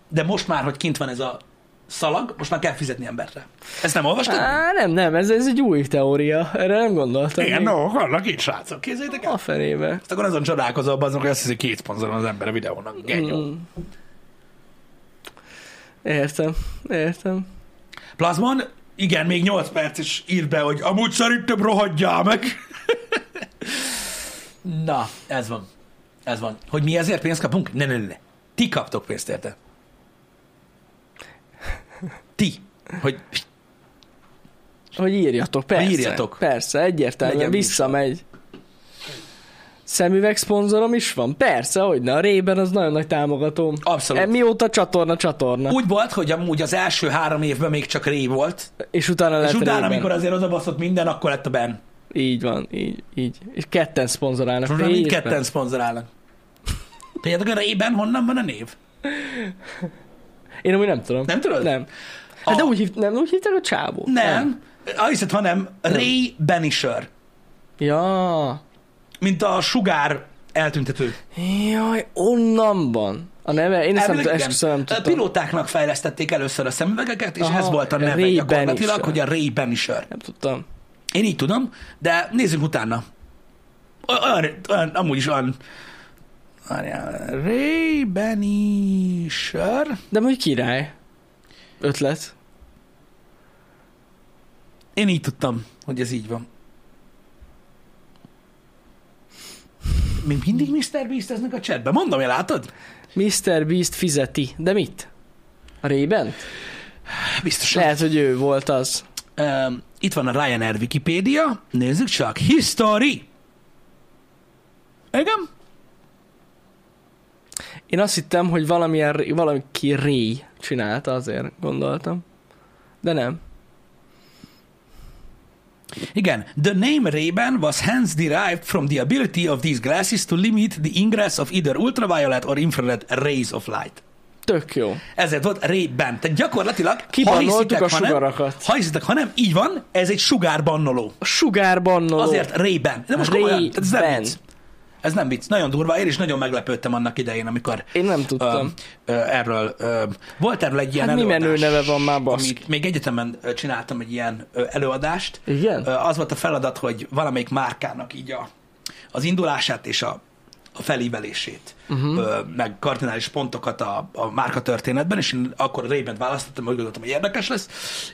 de most már, hogy kint van ez a szalag, most már kell fizetni emberre. Ezt nem olvastad?
Á, nem, nem, ez, ez egy új teória. Erre nem gondoltam. még.
no, vannak itt srácok, képzeljétek
A felébe.
Azt akkor azon csodálkozol, azon, hogy azt hiszi, két szponzoron az ember a videónak. Genyó.
Mm. Értem, értem.
Plazmon, igen, még 8 perc is ír be, hogy amúgy szerintem rohadjál meg. Na, ez van. Ez van. Hogy mi ezért pénzt kapunk? Ne, ne, ne. Ti kaptok pénzt érte. Ti. Hogy
Hogy írjatok, persze.
írjatok.
Persze, egyértelműen
Legyen
visszamegy. Szemüveg szponzorom is van? Persze, hogy ne. A Rében az nagyon nagy támogatóm.
Abszolút.
E, mióta csatorna, csatorna.
Úgy volt, hogy amúgy az első három évben még csak Ray volt,
és utána lett
és utána,
Ray-Ban.
amikor azért odabaszott minden, akkor lett a Ben.
Így van, így, így. És ketten szponzorálnak.
És most már
Ray és
mindketten szponzorálnak. Tudjátok, a Ray-ben honnan van a név?
Ben. Én amúgy nem tudom.
Nem tudod?
Nem. Hát de
A-
úgy, hív, nem, úgy hívták a csávó.
Nem. nem. Hiszed, hanem Ray Benisher.
Ja.
Mint a sugár eltüntető.
Jaj, onnan van. A neve, én ezt
Elvileg
nem, tudom,
igen.
esküszöm, nem
A
tudtam.
Pilótáknak fejlesztették először a szemüvegeket, és
Aha,
ez volt a neve
Ray
gyakorlatilag,
Benisher.
hogy a Ray Benisher.
Nem tudtam.
Én így tudom, de nézzünk utána. Olyan, olyan amúgy is olyan... Várjál, Ray Benisher.
De mondjuk király. Ötlet.
Én így tudtam, hogy ez így van. Még mindig Mr. Beast eznek a chatben. Mondom, én látod?
Mr. Beast fizeti. De mit? A Rében?
Biztos.
Lehet, hogy ő volt az.
Um, itt van a Ryanair Wikipédia, nézzük csak, history. Igen?
Én azt hittem, hogy valamilyen, valaki Ray csinálta, azért gondoltam. De nem.
Igen. The name Ray-Ban was hence derived from the ability of these glasses to limit the ingress of either ultraviolet or infrared rays of light.
Tök jó.
Ezért volt Ray-Ban. Tehát gyakorlatilag,
Kibannoltuk
hiszitek,
a
ha nem-
sugarakat.
Ha hiszitek, ha nem, így van, ez egy sugárbannoló.
A sugárbannoló.
Azért Ray-Ban. De most komolyan, tehát ez nem
Ray-Ban.
vicc. Ez nem vicc. Nagyon durva. Én is nagyon meglepődtem annak idején, amikor
Én nem tudtam.
Ö, ö, erről, ö, volt erről egy ilyen
Hát mi
előadás,
menő neve van már, baszki?
amit Még egyetemen ö, csináltam egy ilyen ö, előadást.
Igen?
Ö, Az volt a feladat, hogy valamelyik márkának így a, az indulását és a, a felívelését, uh-huh. meg kardinális pontokat a, a márka történetben, és én akkor Raybent választottam, úgy gondoltam, hogy érdekes lesz,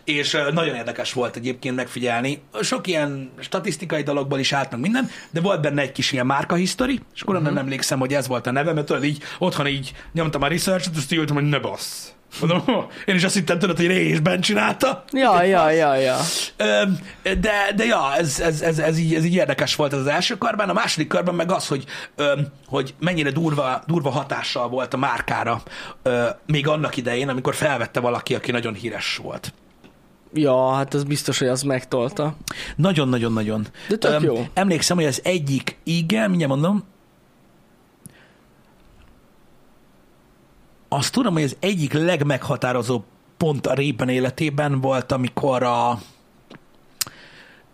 és ö, nagyon érdekes volt egyébként megfigyelni. Sok ilyen statisztikai dologból is állt meg minden, de volt benne egy kis ilyen márka history, és akkor uh-huh. nem emlékszem, hogy ez volt a neve, mert tudod, így otthon így nyomtam a research-et, azt így ültem, hogy ne bassz. Mondom, "Ho." én is azt hittem, tudod, hogy Ray is bent csinálta.
Ja, ja, ja, ja.
Öm, De, de ja, ez, ez, ez, ez, így, ez így érdekes volt ez az első körben. A második körben meg az, hogy, öm, hogy mennyire durva, durva hatással volt a márkára ö, még annak idején, amikor felvette valaki, aki nagyon híres volt.
Ja, hát az biztos, hogy az megtolta.
Nagyon-nagyon-nagyon.
De tök
Öm,
jó.
Emlékszem, hogy az egyik, igen, mindjárt mondom, azt tudom, hogy az egyik legmeghatározóbb pont a Rében életében volt, amikor a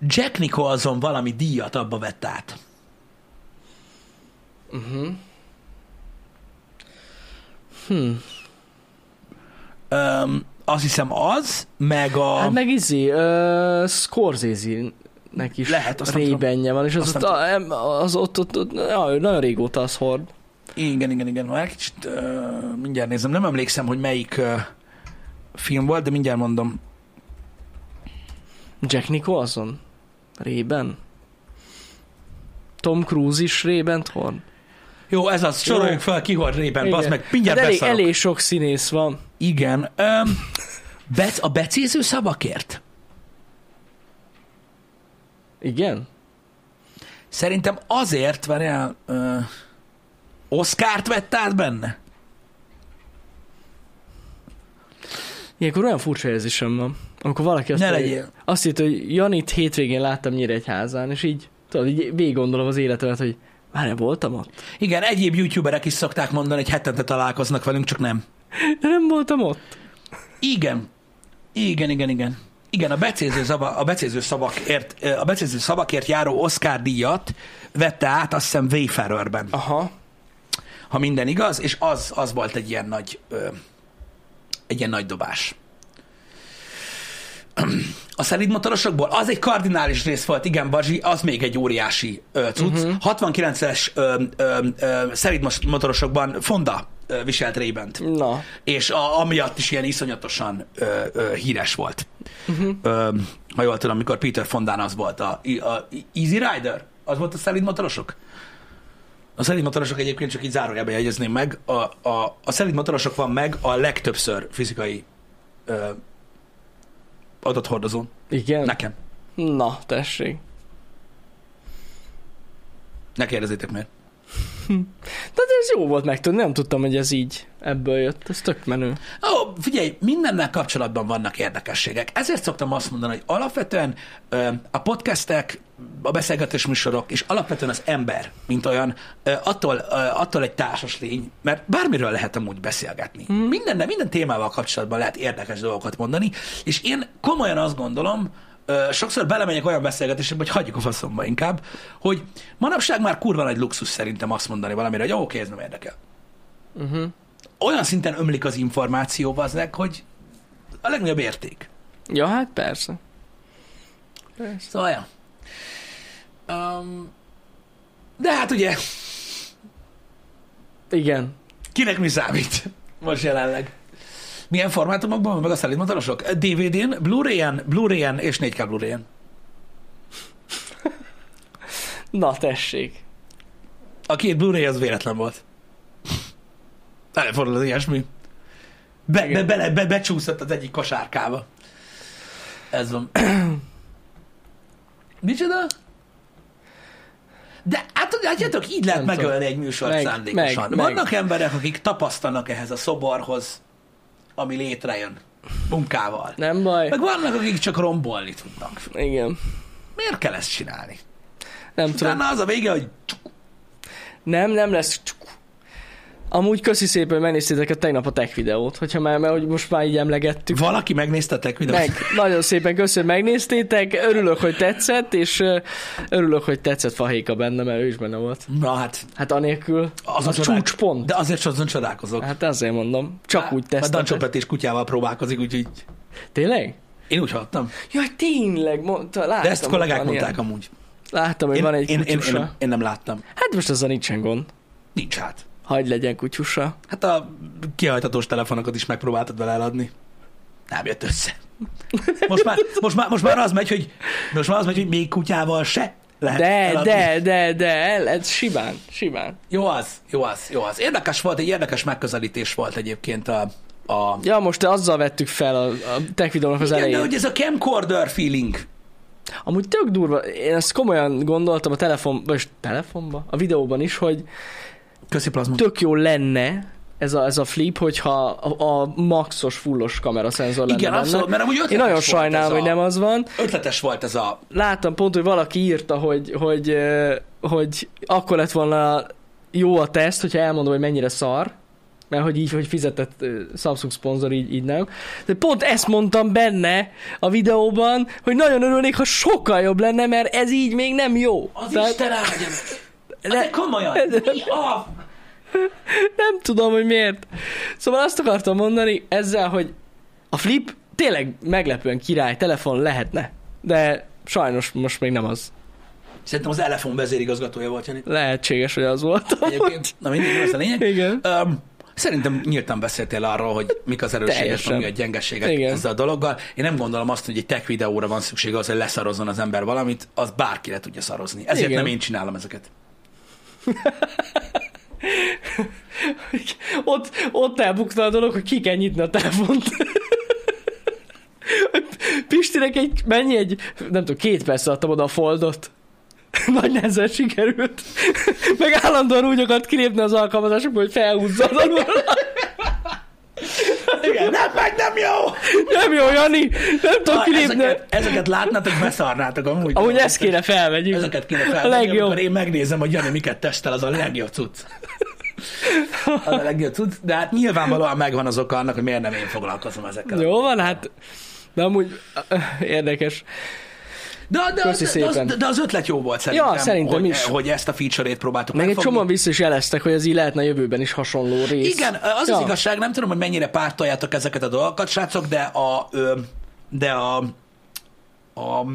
Jack Nicholson valami díjat abba vett át.
Mhm.
Uh-huh. Hmm. Um, Hm. azt hiszem az, meg a...
Hát meg izé, uh, Scorsese-nek is
Lehet, azt nem tudom.
rébenje van, és az,
Azt
ott, a, em- az ott, ott, ott, ja, ő nagyon régóta az hord.
Igen, igen, igen. Már kicsit uh, mindjárt nézem. Nem emlékszem, hogy melyik uh, film volt, de mindjárt mondom.
Jack Nicholson? Rében? Tom Cruise is Rében hord?
Jó, ez az. Soroljuk fel, ki hol rében,
Igen.
bazd meg. Mindjárt
hát
hát
elég,
elég,
elég sok színész van.
Igen. Um, bec, a becéző szavakért?
Igen?
Szerintem azért, várjál, uh, Oszkárt vett át benne?
Ilyenkor olyan furcsa érzésem van. Amikor valaki azt,
Ne
mondja-
legyél.
azt hitt, hogy Janit hétvégén láttam Nyíregyházán, és így, tudod, így végig gondolom az életemet, hogy már nem voltam ott.
Igen, egyéb youtuberek is szokták mondani, hogy hetente találkoznak velünk, csak nem.
De nem voltam ott.
Igen. Igen, igen, igen. Igen, a becéző, szava, a becéző, szavakért, ö, a becéző szavakért járó Oscar díjat vette át, azt hiszem, Wayfarerben,
Aha.
ha minden igaz, és az, az volt egy ilyen nagy, ö, egy ilyen nagy dobás. A szelidmotorosokból az egy kardinális rész volt, igen, Bazsi, az még egy óriási ö, cucc. Uh-huh. 69-es ö, ö, ö, szelidmotorosokban Fonda ö, viselt Rébent
Na.
és a, amiatt is ilyen iszonyatosan ö, ö, híres volt. Uh-huh. Ö, ha jól tudom, amikor Peter Fondán az volt a, a, a Easy Rider, az volt a szelíd motorosok? A szelíd motorosok egyébként csak így zárójában jegyezném meg, a, a, a szelíd motorosok van meg a legtöbbször fizikai ö, adathordozón.
Igen?
Nekem.
Na, tessék.
Ne kérdezzétek miért.
De ez jó volt megtudni, nem tudtam, hogy ez így ebből jött. Ez tök menő.
Ó, figyelj, mindennel kapcsolatban vannak érdekességek. Ezért szoktam azt mondani, hogy alapvetően ö, a podcastek, a beszélgetés műsorok, és alapvetően az ember, mint olyan, ö, attól, ö, attól egy társas lény, mert bármiről lehet amúgy beszélgetni. Hmm. Mindenne, minden témával kapcsolatban lehet érdekes dolgokat mondani, és én komolyan azt gondolom, ö, sokszor belemegyek olyan beszélgetésekbe, hogy hagyjuk a faszomba inkább, hogy manapság már kurva nagy luxus szerintem azt mondani valamire, hogy "Ó, oké, ez nem érdekel olyan szinten ömlik az információ, aznek, hogy a legnagyobb érték.
Ja, hát persze.
Szóval, ja. um, de hát ugye,
Igen.
kinek mi számít most jelenleg? Milyen formátumokban van meg a szelidmotorosok? DVD-n, Blu-ray-en, Blu-ray-en és 4K Blu-ray-en.
Na, tessék.
A két Blueray az véletlen volt. Előfordul az ilyesmi. Be, be,
Igen.
bele, be, becsúszott az egyik kosárkába. Ez van. Micsoda? De hát, látjátok, így lehet
Nem tudom.
megölni egy műsort meg,
Meg-
szándékosan.
meg-
Meg,
meg.
Vannak emberek, akik tapasztalnak ehhez a szoborhoz, ami létrejön munkával.
Nem baj.
Meg vannak, akik csak rombolni tudnak.
Igen.
Miért kell ezt csinálni?
Nem tudom.
Utána az a vége, hogy
Nem, nem lesz. Amúgy köszi szépen, hogy megnéztétek a tegnap a tech videót, hogyha már, mert hogy most már így emlegettük.
valaki megnéztetek videót.
Meg, nagyon szépen köszönöm, hogy megnéztétek, örülök, hogy tetszett, és ö, örülök, hogy tetszett Fahéka benne, mert ő is benne volt.
Na hát,
Hát anélkül az, az a
csodál-
csúcspont.
De azért azon csodálkozok.
Hát azért mondom, csak úgy
A Dancsó
teszteltek.
Peti is kutyával próbálkozik, úgyhogy
Tényleg?
én úgy hallottam.
Jaj, tényleg, mondta, láttam,
De ezt
hogy
kollégák
van
mondták
Ilyen.
amúgy.
Láttam, hogy
Én,
van egy
én, én, én,
kutyusa.
nem, én nem láttam.
Hát most azzal nincsen gond.
Nincs hát.
Hagy legyen kutyusa.
Hát a kihajtatós telefonokat is megpróbáltad vele eladni. Nem jött össze. Most már, most már, most már az megy, hogy most már az megy, hogy még kutyával se lehet
De,
Hát eladni.
de, de, de, el, ez simán, simán.
Jó az, jó az, jó az. Érdekes volt, egy érdekes megközelítés volt egyébként a, a
Ja, most azzal vettük fel a, a tech videónak az
Igen,
elején.
de hogy ez a camcorder feeling.
Amúgy tök durva, én ezt komolyan gondoltam a telefon, vagy telefonba, a videóban is, hogy
Köszi plazma.
tök jó lenne ez a, ez a flip, hogyha a, a maxos fullos kameraszenzor lenne
Igen,
benne.
abszolút, mert amúgy
Én
ötletes
nagyon
volt ez
sajnálom,
a,
hogy nem az van.
Ötletes volt ez a...
láttam pont, hogy valaki írta, hogy, hogy, ö, hogy akkor lett volna jó a teszt, hogyha elmondom, hogy mennyire szar, mert hogy így, hogy fizetett ö, Samsung szponzor, így, így nem. De pont ezt mondtam benne a videóban, hogy nagyon örülnék, ha sokkal jobb lenne, mert ez így még nem jó.
Az
Tehát
Isten áldja meg! De,
Le-
de komolyan! Mi a...
nem tudom, hogy miért. Szóval azt akartam mondani ezzel, hogy a flip tényleg meglepően király telefon lehetne, de sajnos most még nem az.
Szerintem az Elefon vezérigazgatója volt, Jani.
Lehetséges, hogy az volt.
Egyébként, na mindig ez a lényeg.
Igen.
Um, szerintem nyíltan beszéltél arról, hogy mik az erősségek,
Teljesen.
meg mi a gyengeségek
Igen.
ezzel a dologgal. Én nem gondolom azt, hogy egy tech videóra van szüksége az, hogy leszarozzon az ember valamit, az bárki le tudja szarozni. Ezért
Igen.
nem én csinálom ezeket.
ott, ott elbukta a dolog, hogy ki kell nyitni a telefont. Pistinek egy, mennyi egy, nem tudom, két perc adtam oda a foldot. Nagy nehezen sikerült. Meg állandóan úgy akart kilépni az alkalmazásokból, hogy felhúzza az alul.
Igen, nem, meg nem jó!
Nem jó, Jani, nem tudok
Ha
kilépni.
ezeket, ezeket látnátok, beszarnátok amúgy.
Amúgy ezt kéne felvegyük.
Ezeket kéne
A
felvenni,
legjobb.
amikor én megnézem, hogy Jani miket testel, az a legjobb cucc. Az a legjobb cucc, de hát nyilvánvalóan megvan az oka annak, hogy miért nem én foglalkozom ezekkel.
Jó van, hát, de amúgy eh, érdekes.
De, de, de,
Köszi
de, az,
szépen.
de az ötlet jó volt szerintem,
Ja, szerintem
hogy,
is.
hogy ezt a feature-ét próbáltuk
Meg egy
megfogni.
csomóan vissza is jeleztek, hogy ez így lehetne a jövőben is hasonló rész.
Igen, az ja.
Ja.
az igazság, nem tudom, hogy mennyire pártoljátok ezeket a dolgokat, srácok, de a, ö, de a, a,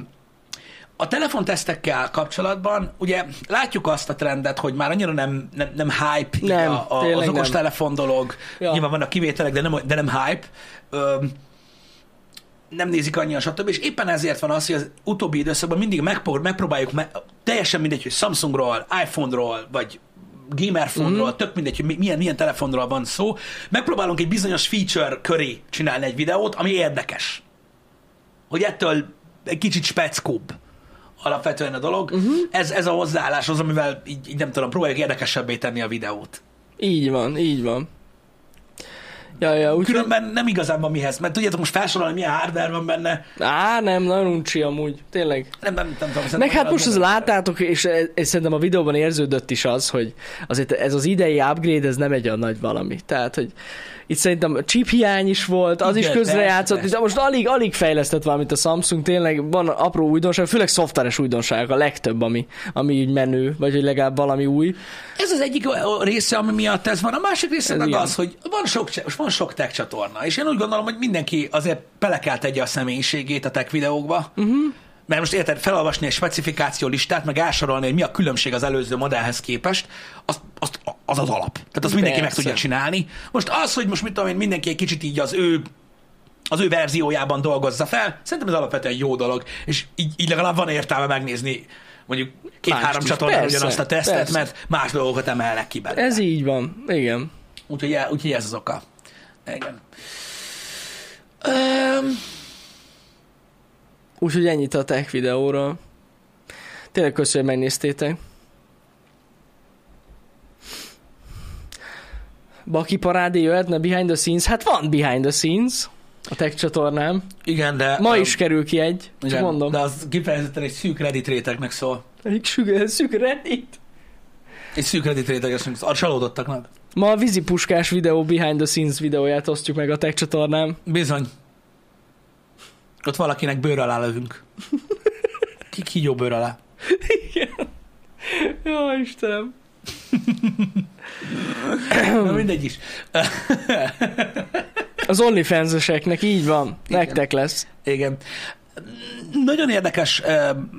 a telefontesztekkel kapcsolatban, ugye látjuk azt a trendet, hogy már annyira nem, nem, nem hype így
Nem,
a, a, az
tényleg
okos
nem.
telefon dolog, ja.
Ja.
nyilván vannak kivételek, de nem, de nem hype. Ö, nem nézik annyian, stb. És éppen ezért van az, hogy az utóbbi időszakban mindig megpróbál, megpróbáljuk, me- teljesen mindegy, hogy Samsungról, iPhone-ról, vagy gamerfonról, mm. tök mindegy, hogy mi- milyen, milyen telefonról van szó, megpróbálunk egy bizonyos feature köré csinálni egy videót, ami érdekes. Hogy ettől egy kicsit speckóbb alapvetően a dolog. Uh-huh. Ez, ez a hozzáállás az, amivel így, így nem tudom, próbáljuk érdekesebbé tenni a videót.
Így van, így van. Ja, ja, úgy
Különben nem igazán van mihez, mert tudjátok, most felsorolni, milyen hardware van benne,
Á, nem, nagyon uncsi amúgy, tényleg.
nem, nem, nem, nem tudom.
Meg
szerintem
hát most az
annyira-
láttátok, és ez, ez szerintem a videóban érződött is az, hogy azért ez az idei upgrade, ez nem egy olyan nagy valami. Tehát, hogy itt szerintem a chip hiány is volt, az
Igen,
is közre
persze,
játszott,
persze.
de most alig, alig fejlesztett valamit a Samsung, tényleg van apró újdonság, főleg szoftveres újdonság a legtöbb, ami, ami így menő, vagy hogy legalább valami új.
Ez az egyik o- része, ami miatt ez van. A másik része
Ez
meg
igen.
az, hogy van sok, cse- van sok tech csatorna, és én úgy gondolom, hogy mindenki azért bele kell tegye a személyiségét a tech videókba,
Mhm.
uh-huh. mert most érted, felolvasni egy specifikáció listát, meg elsorolni, hogy mi a különbség az előző modellhez képest, az az, az, az alap. Tehát azt mindenki meg
Persze.
tudja csinálni. Most az, hogy most mit tudom én, mindenki egy kicsit így az ő az ő verziójában dolgozza fel, szerintem ez alapvetően jó dolog, és így, így legalább van értelme megnézni mondjuk két-három
is.
csatornán
Persze,
ugyanazt a tesztet,
persze.
mert más dolgokat emelnek ki belőle.
Ez így van, igen.
Úgyhogy, úgyhogy ez az oka. Igen. Öm,
Úgyhogy ennyit a tech videóról. Tényleg köszönöm, hogy megnéztétek. Baki parádé jöhetne behind the scenes? Hát van behind the scenes a tech csatornám.
igen, de...
Ma
öm,
is kerül ki egy, csak
igen,
mondom.
De az kifejezetten egy szűk Reddit rétegnek szól.
Egy süg- szűk Reddit.
Egy szűk Reddit rétegesnek szól. A csalódottaknak.
Ma a vízipuskás videó behind the scenes videóját osztjuk meg a tech csatornám.
Bizony. Ott valakinek bőr alá lövünk. Ki kígyó bőr alá.
Jó Istenem. Hmm.
Na mindegy is.
Az OnlyFans-eseknek így van.
Igen.
Nektek lesz.
Igen. Nagyon érdekes, em,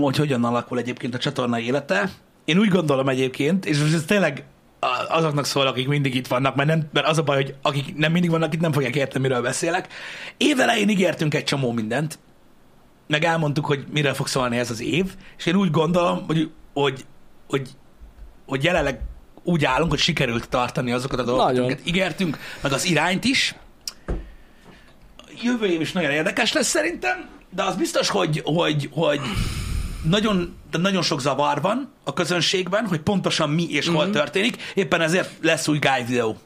hogy hogyan alakul egyébként a csatorna élete. Én úgy gondolom egyébként, és most ez tényleg a- azoknak szól, akik mindig itt vannak, mert, nem, mert az a baj, hogy akik nem mindig vannak itt, nem fogják érteni, miről beszélek. Évelején ígértünk egy csomó mindent, meg elmondtuk, hogy mire fog szólni ez az év, és én úgy gondolom, hogy, hogy, hogy, hogy jelenleg úgy állunk, hogy sikerült tartani azokat a dolgokat,
Nagyon.
amiket ígértünk, meg az irányt is. Jövő év is nagyon érdekes lesz szerintem, de az biztos, hogy, hogy, hogy nagyon, de nagyon sok zavar van a közönségben, hogy pontosan mi és hol történik, éppen ezért lesz új guide videó.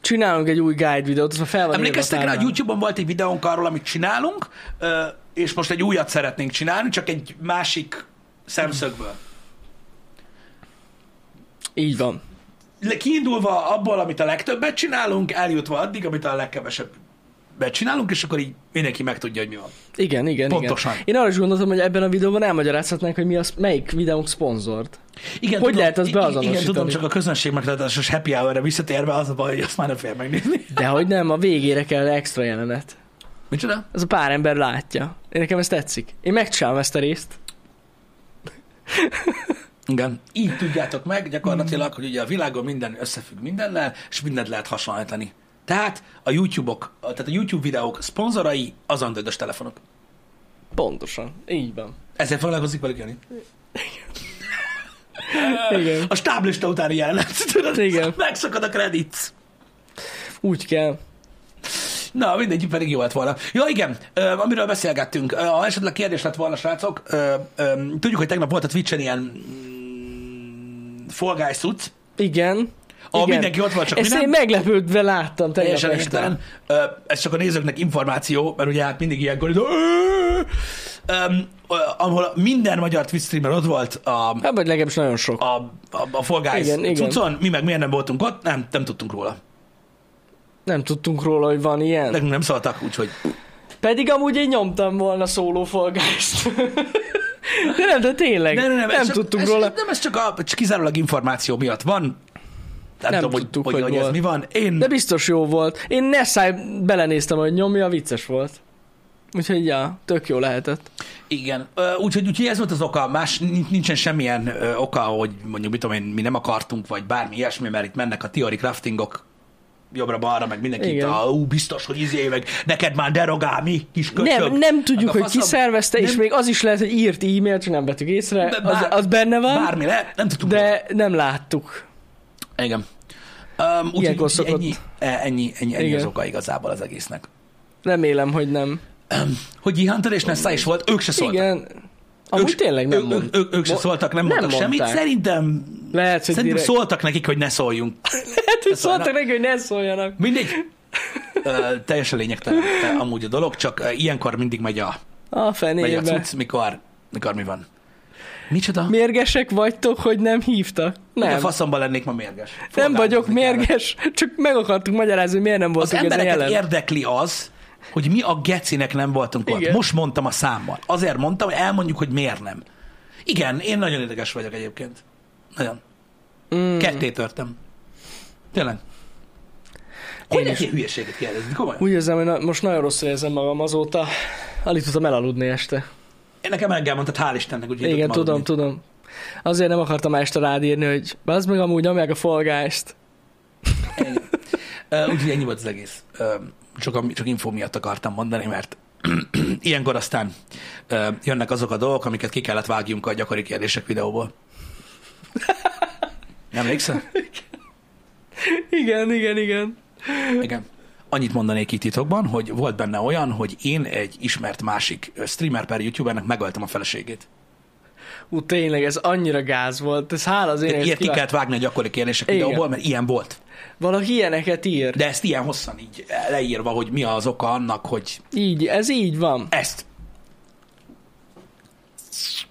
Csinálunk egy új guide videót, az a fel van
Emlékeztek
írva
rá,
a
hogy
táblán.
YouTube-on volt egy videónk arról, amit csinálunk, ö, és most egy újat szeretnénk csinálni, csak egy másik szemszögből.
Így van.
Le- Kiindulva abból, amit a legtöbbet csinálunk, eljutva addig, amit a legkevesebbet csinálunk, és akkor így mindenki megtudja, hogy mi van.
Igen, igen,
Pontosan.
igen. Én arra is gondoltam, hogy ebben a videóban elmagyarázhatnánk, hogy mi az, melyik videónk szponzort.
Igen,
Hogy lehet ezt
i- i- Igen,
beazonosítani?
tudom, csak a közönség megtartásos happy hour-re visszatérve az a baj, hogy azt már nem fél megnézni.
De hogy nem, a végére kell extra jelenet.
Micsoda?
Az a pár ember látja. Én nekem ez tetszik. Én megcsinálom ezt a részt.
Igen. Így tudjátok meg gyakorlatilag, hogy ugye a világon minden összefügg mindennel, és mindent lehet hasonlítani. Tehát a YouTube-ok, tehát a YouTube videók szponzorai az androidos telefonok.
Pontosan. Így van.
Ezzel foglalkozik velük Jani.
Igen.
A stáblista utáni jelenet. Tudod,
Igen.
Megszakad a kredit.
Úgy kell.
Na, mindegy, pedig jó lett volna. Ja, igen, ö, amiről beszélgettünk. Ö, ha esetleg kérdés lett volna, srácok, ö, ö, tudjuk, hogy tegnap volt a Twitch-en ilyen mm, Fall Guys cucc,
Igen.
ahol
igen.
mindenki ott volt, csak mi
Ezt
nem.
én meglepődve láttam tegnap
Teljesen
este.
értelen. Ö, Ez csak a nézőknek információ, mert ugye hát mindig ilyenkor, hogy Öm, ö, ahol minden magyar Twitch streamer ott volt a,
Hát vagy legalábbis nagyon sok.
a, a, a Fall Guys
Igen, igen.
cuccon, mi meg miért nem voltunk ott, nem, nem tudtunk róla.
Nem tudtunk róla, hogy van ilyen.
Nekünk nem szóltak, úgyhogy
Pedig amúgy én nyomtam volna szólófolgást. De nem, de tényleg. Nem, nem, nem, nem
ez csak-
tudtunk
ez,
róla.
Nem, ez csak, a, csak kizárólag információ miatt van. Nem,
Nem
tudom, hogy,
tudtuk,
hogy,
hogy
hogy ez
volt.
mi van. Én,
De biztos jó volt. Én Nessai belenéztem, hogy nyomja, vicces volt. Úgyhogy ja, tök jó lehetett.
Igen, Ö, úgyhogy, úgyhogy ez volt az oka, más nin- nincsen semmilyen ö, oka, hogy mondjuk mit tudom én, mi nem akartunk, vagy bármi ilyesmi, mert itt mennek a theory craftingok jobbra-balra, meg mindenki itt,
Igen.
"Ah, ú, biztos, hogy izé, meg neked már derogál mi, kis köcsög.
Nem, nem tudjuk,
Meg a
hogy ki
faszom.
szervezte, és
Nem-
még az is lehet, hogy írt e-mailt, csak nem vettük észre.
De
az,
bár-
az benne van,
Bármi, le, nem tudtunk. róla.
de nem láttuk.
Igen. Um,
Ilyenkor
úgyhogy
szokott-
ennyi, ennyi, ennyi, ennyi az
Igen.
oka igazából az egésznek.
Remélem, hogy nem.
Hogy Ihantar és Nessa is volt, ők se szóltak.
Igen. Amúgy tényleg nem
ők,
mond.
ők, ők, ők se
Mo-
szóltak, nem,
nem
mondtak semmit.
mondták.
Szerintem,
Lehet, hogy
szerintem
direkt.
szóltak nekik, hogy ne szóljunk.
Hát, hogy szóltak neki, hogy ne szóljanak.
Mindegy. Ö, teljesen lényegtelen ö, amúgy a dolog, csak ö, ilyenkor mindig megy a,
A
megy a
fenébe.
cucc, mikor, mikor mi van. Micsoda? Mi
Mérgesek vagytok, hogy nem hívtak?
nem. A
Nem.
faszomban lennék ma mérges.
Nem vagyok
Foglalkozni kellene.
mérges, csak meg akartuk magyarázni, hogy miért nem
Az
voltunk ezen
embereket
jelen.
érdekli az, hogy mi a gecinek nem voltunk ott.
Igen.
Most mondtam a számmal. Azért mondtam, hogy elmondjuk, hogy miért nem. Igen, én nagyon ideges vagyok egyébként. Nagyon.
Hmm.
Mm. Ketté törtem. Tényleg. Hogy
Én
lehet ilyen hülyeséget kérdezni? Komolyan.
Úgy érzem, hogy na- most nagyon rosszul érzem magam azóta. Alig tudtam elaludni este.
Én nekem elmondtad, hál' Istennek, úgyhogy
Igen,
tudtam
tudom,
aludni.
tudom. Azért nem akartam már este rád írni, hogy az meg amúgy nyomják a folgást.
Igen. Ö, Úgyhogy ennyi volt az egész. Ö, Csak, a- csak info miatt akartam mondani, mert ilyenkor aztán ö, jönnek azok a dolgok, amiket ki kellett vágjunk a gyakori kérdések videóból. Nem emlékszel?
Igen, igen, igen.
Igen. Annyit mondanék itt titokban, hogy volt benne olyan, hogy én egy ismert másik ö, streamer per youtubernek megöltem a feleségét.
Ú, tényleg, ez annyira gáz volt. Ez hála az én,
Ilyet ki kellett vágni a gyakori kérdések
Igen.
videóból, mert ilyen volt.
Valaki ilyeneket ír.
De ezt ilyen hosszan így leírva, hogy mi az oka annak, hogy
Így, ez így van.
ezt.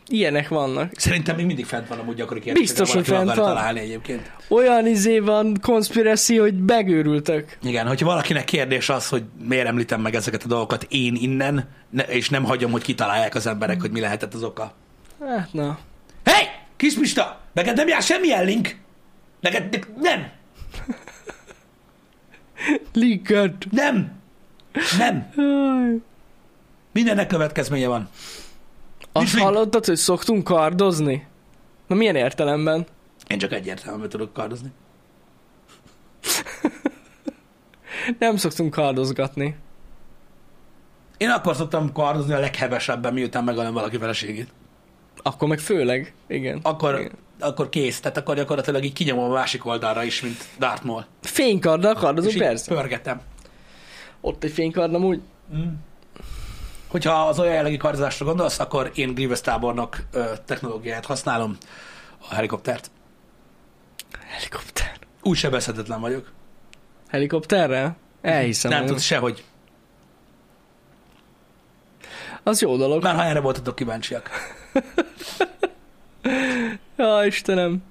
Ilyenek vannak.
Szerintem még mindig fent van amúgy gyakori kérdések.
Biztos,
ha valaki
hogy
meg
fent
akar
van.
Találni egyébként.
Olyan izé van, konspiracy, hogy megőrültök.
Igen, hogyha valakinek kérdés az, hogy miért említem meg ezeket a dolgokat én innen, ne, és nem hagyom, hogy kitalálják az emberek, hogy mi lehetett az oka.
Hát na.
Hey! Kispista! Neked nem jár semmilyen link! Neked ne- nem!
Linkert.
Nem! Nem! Mindennek következménye van.
Azt
link.
hallottad, hogy szoktunk kardozni? Na milyen értelemben?
Én csak egyértelműen tudok kardozni.
Nem szoktunk kardozgatni.
Én akkor szoktam kardozni a leghevesebben, miután megölöm valaki feleségét.
Akkor meg főleg. Igen.
Akkor,
Igen.
akkor kész. Tehát akkor gyakorlatilag így kinyomom a másik oldalra is, mint Darth Maul.
Fénykarddal
És
kardozunk,
így
persze.
pörgetem.
Ott egy fénykardom úgy.
Hogyha az olyan jellegű kardozásra gondolsz, akkor én Grievous tábornok ö, technológiáját használom, a helikoptert.
Helikopter.
Úgy sebezhetetlen vagyok.
Helikopterrel? Elhiszem.
Nem
én.
tudsz sehogy.
Az jó dolog.
Már ha erre voltatok kíváncsiak.
Ja, Istenem.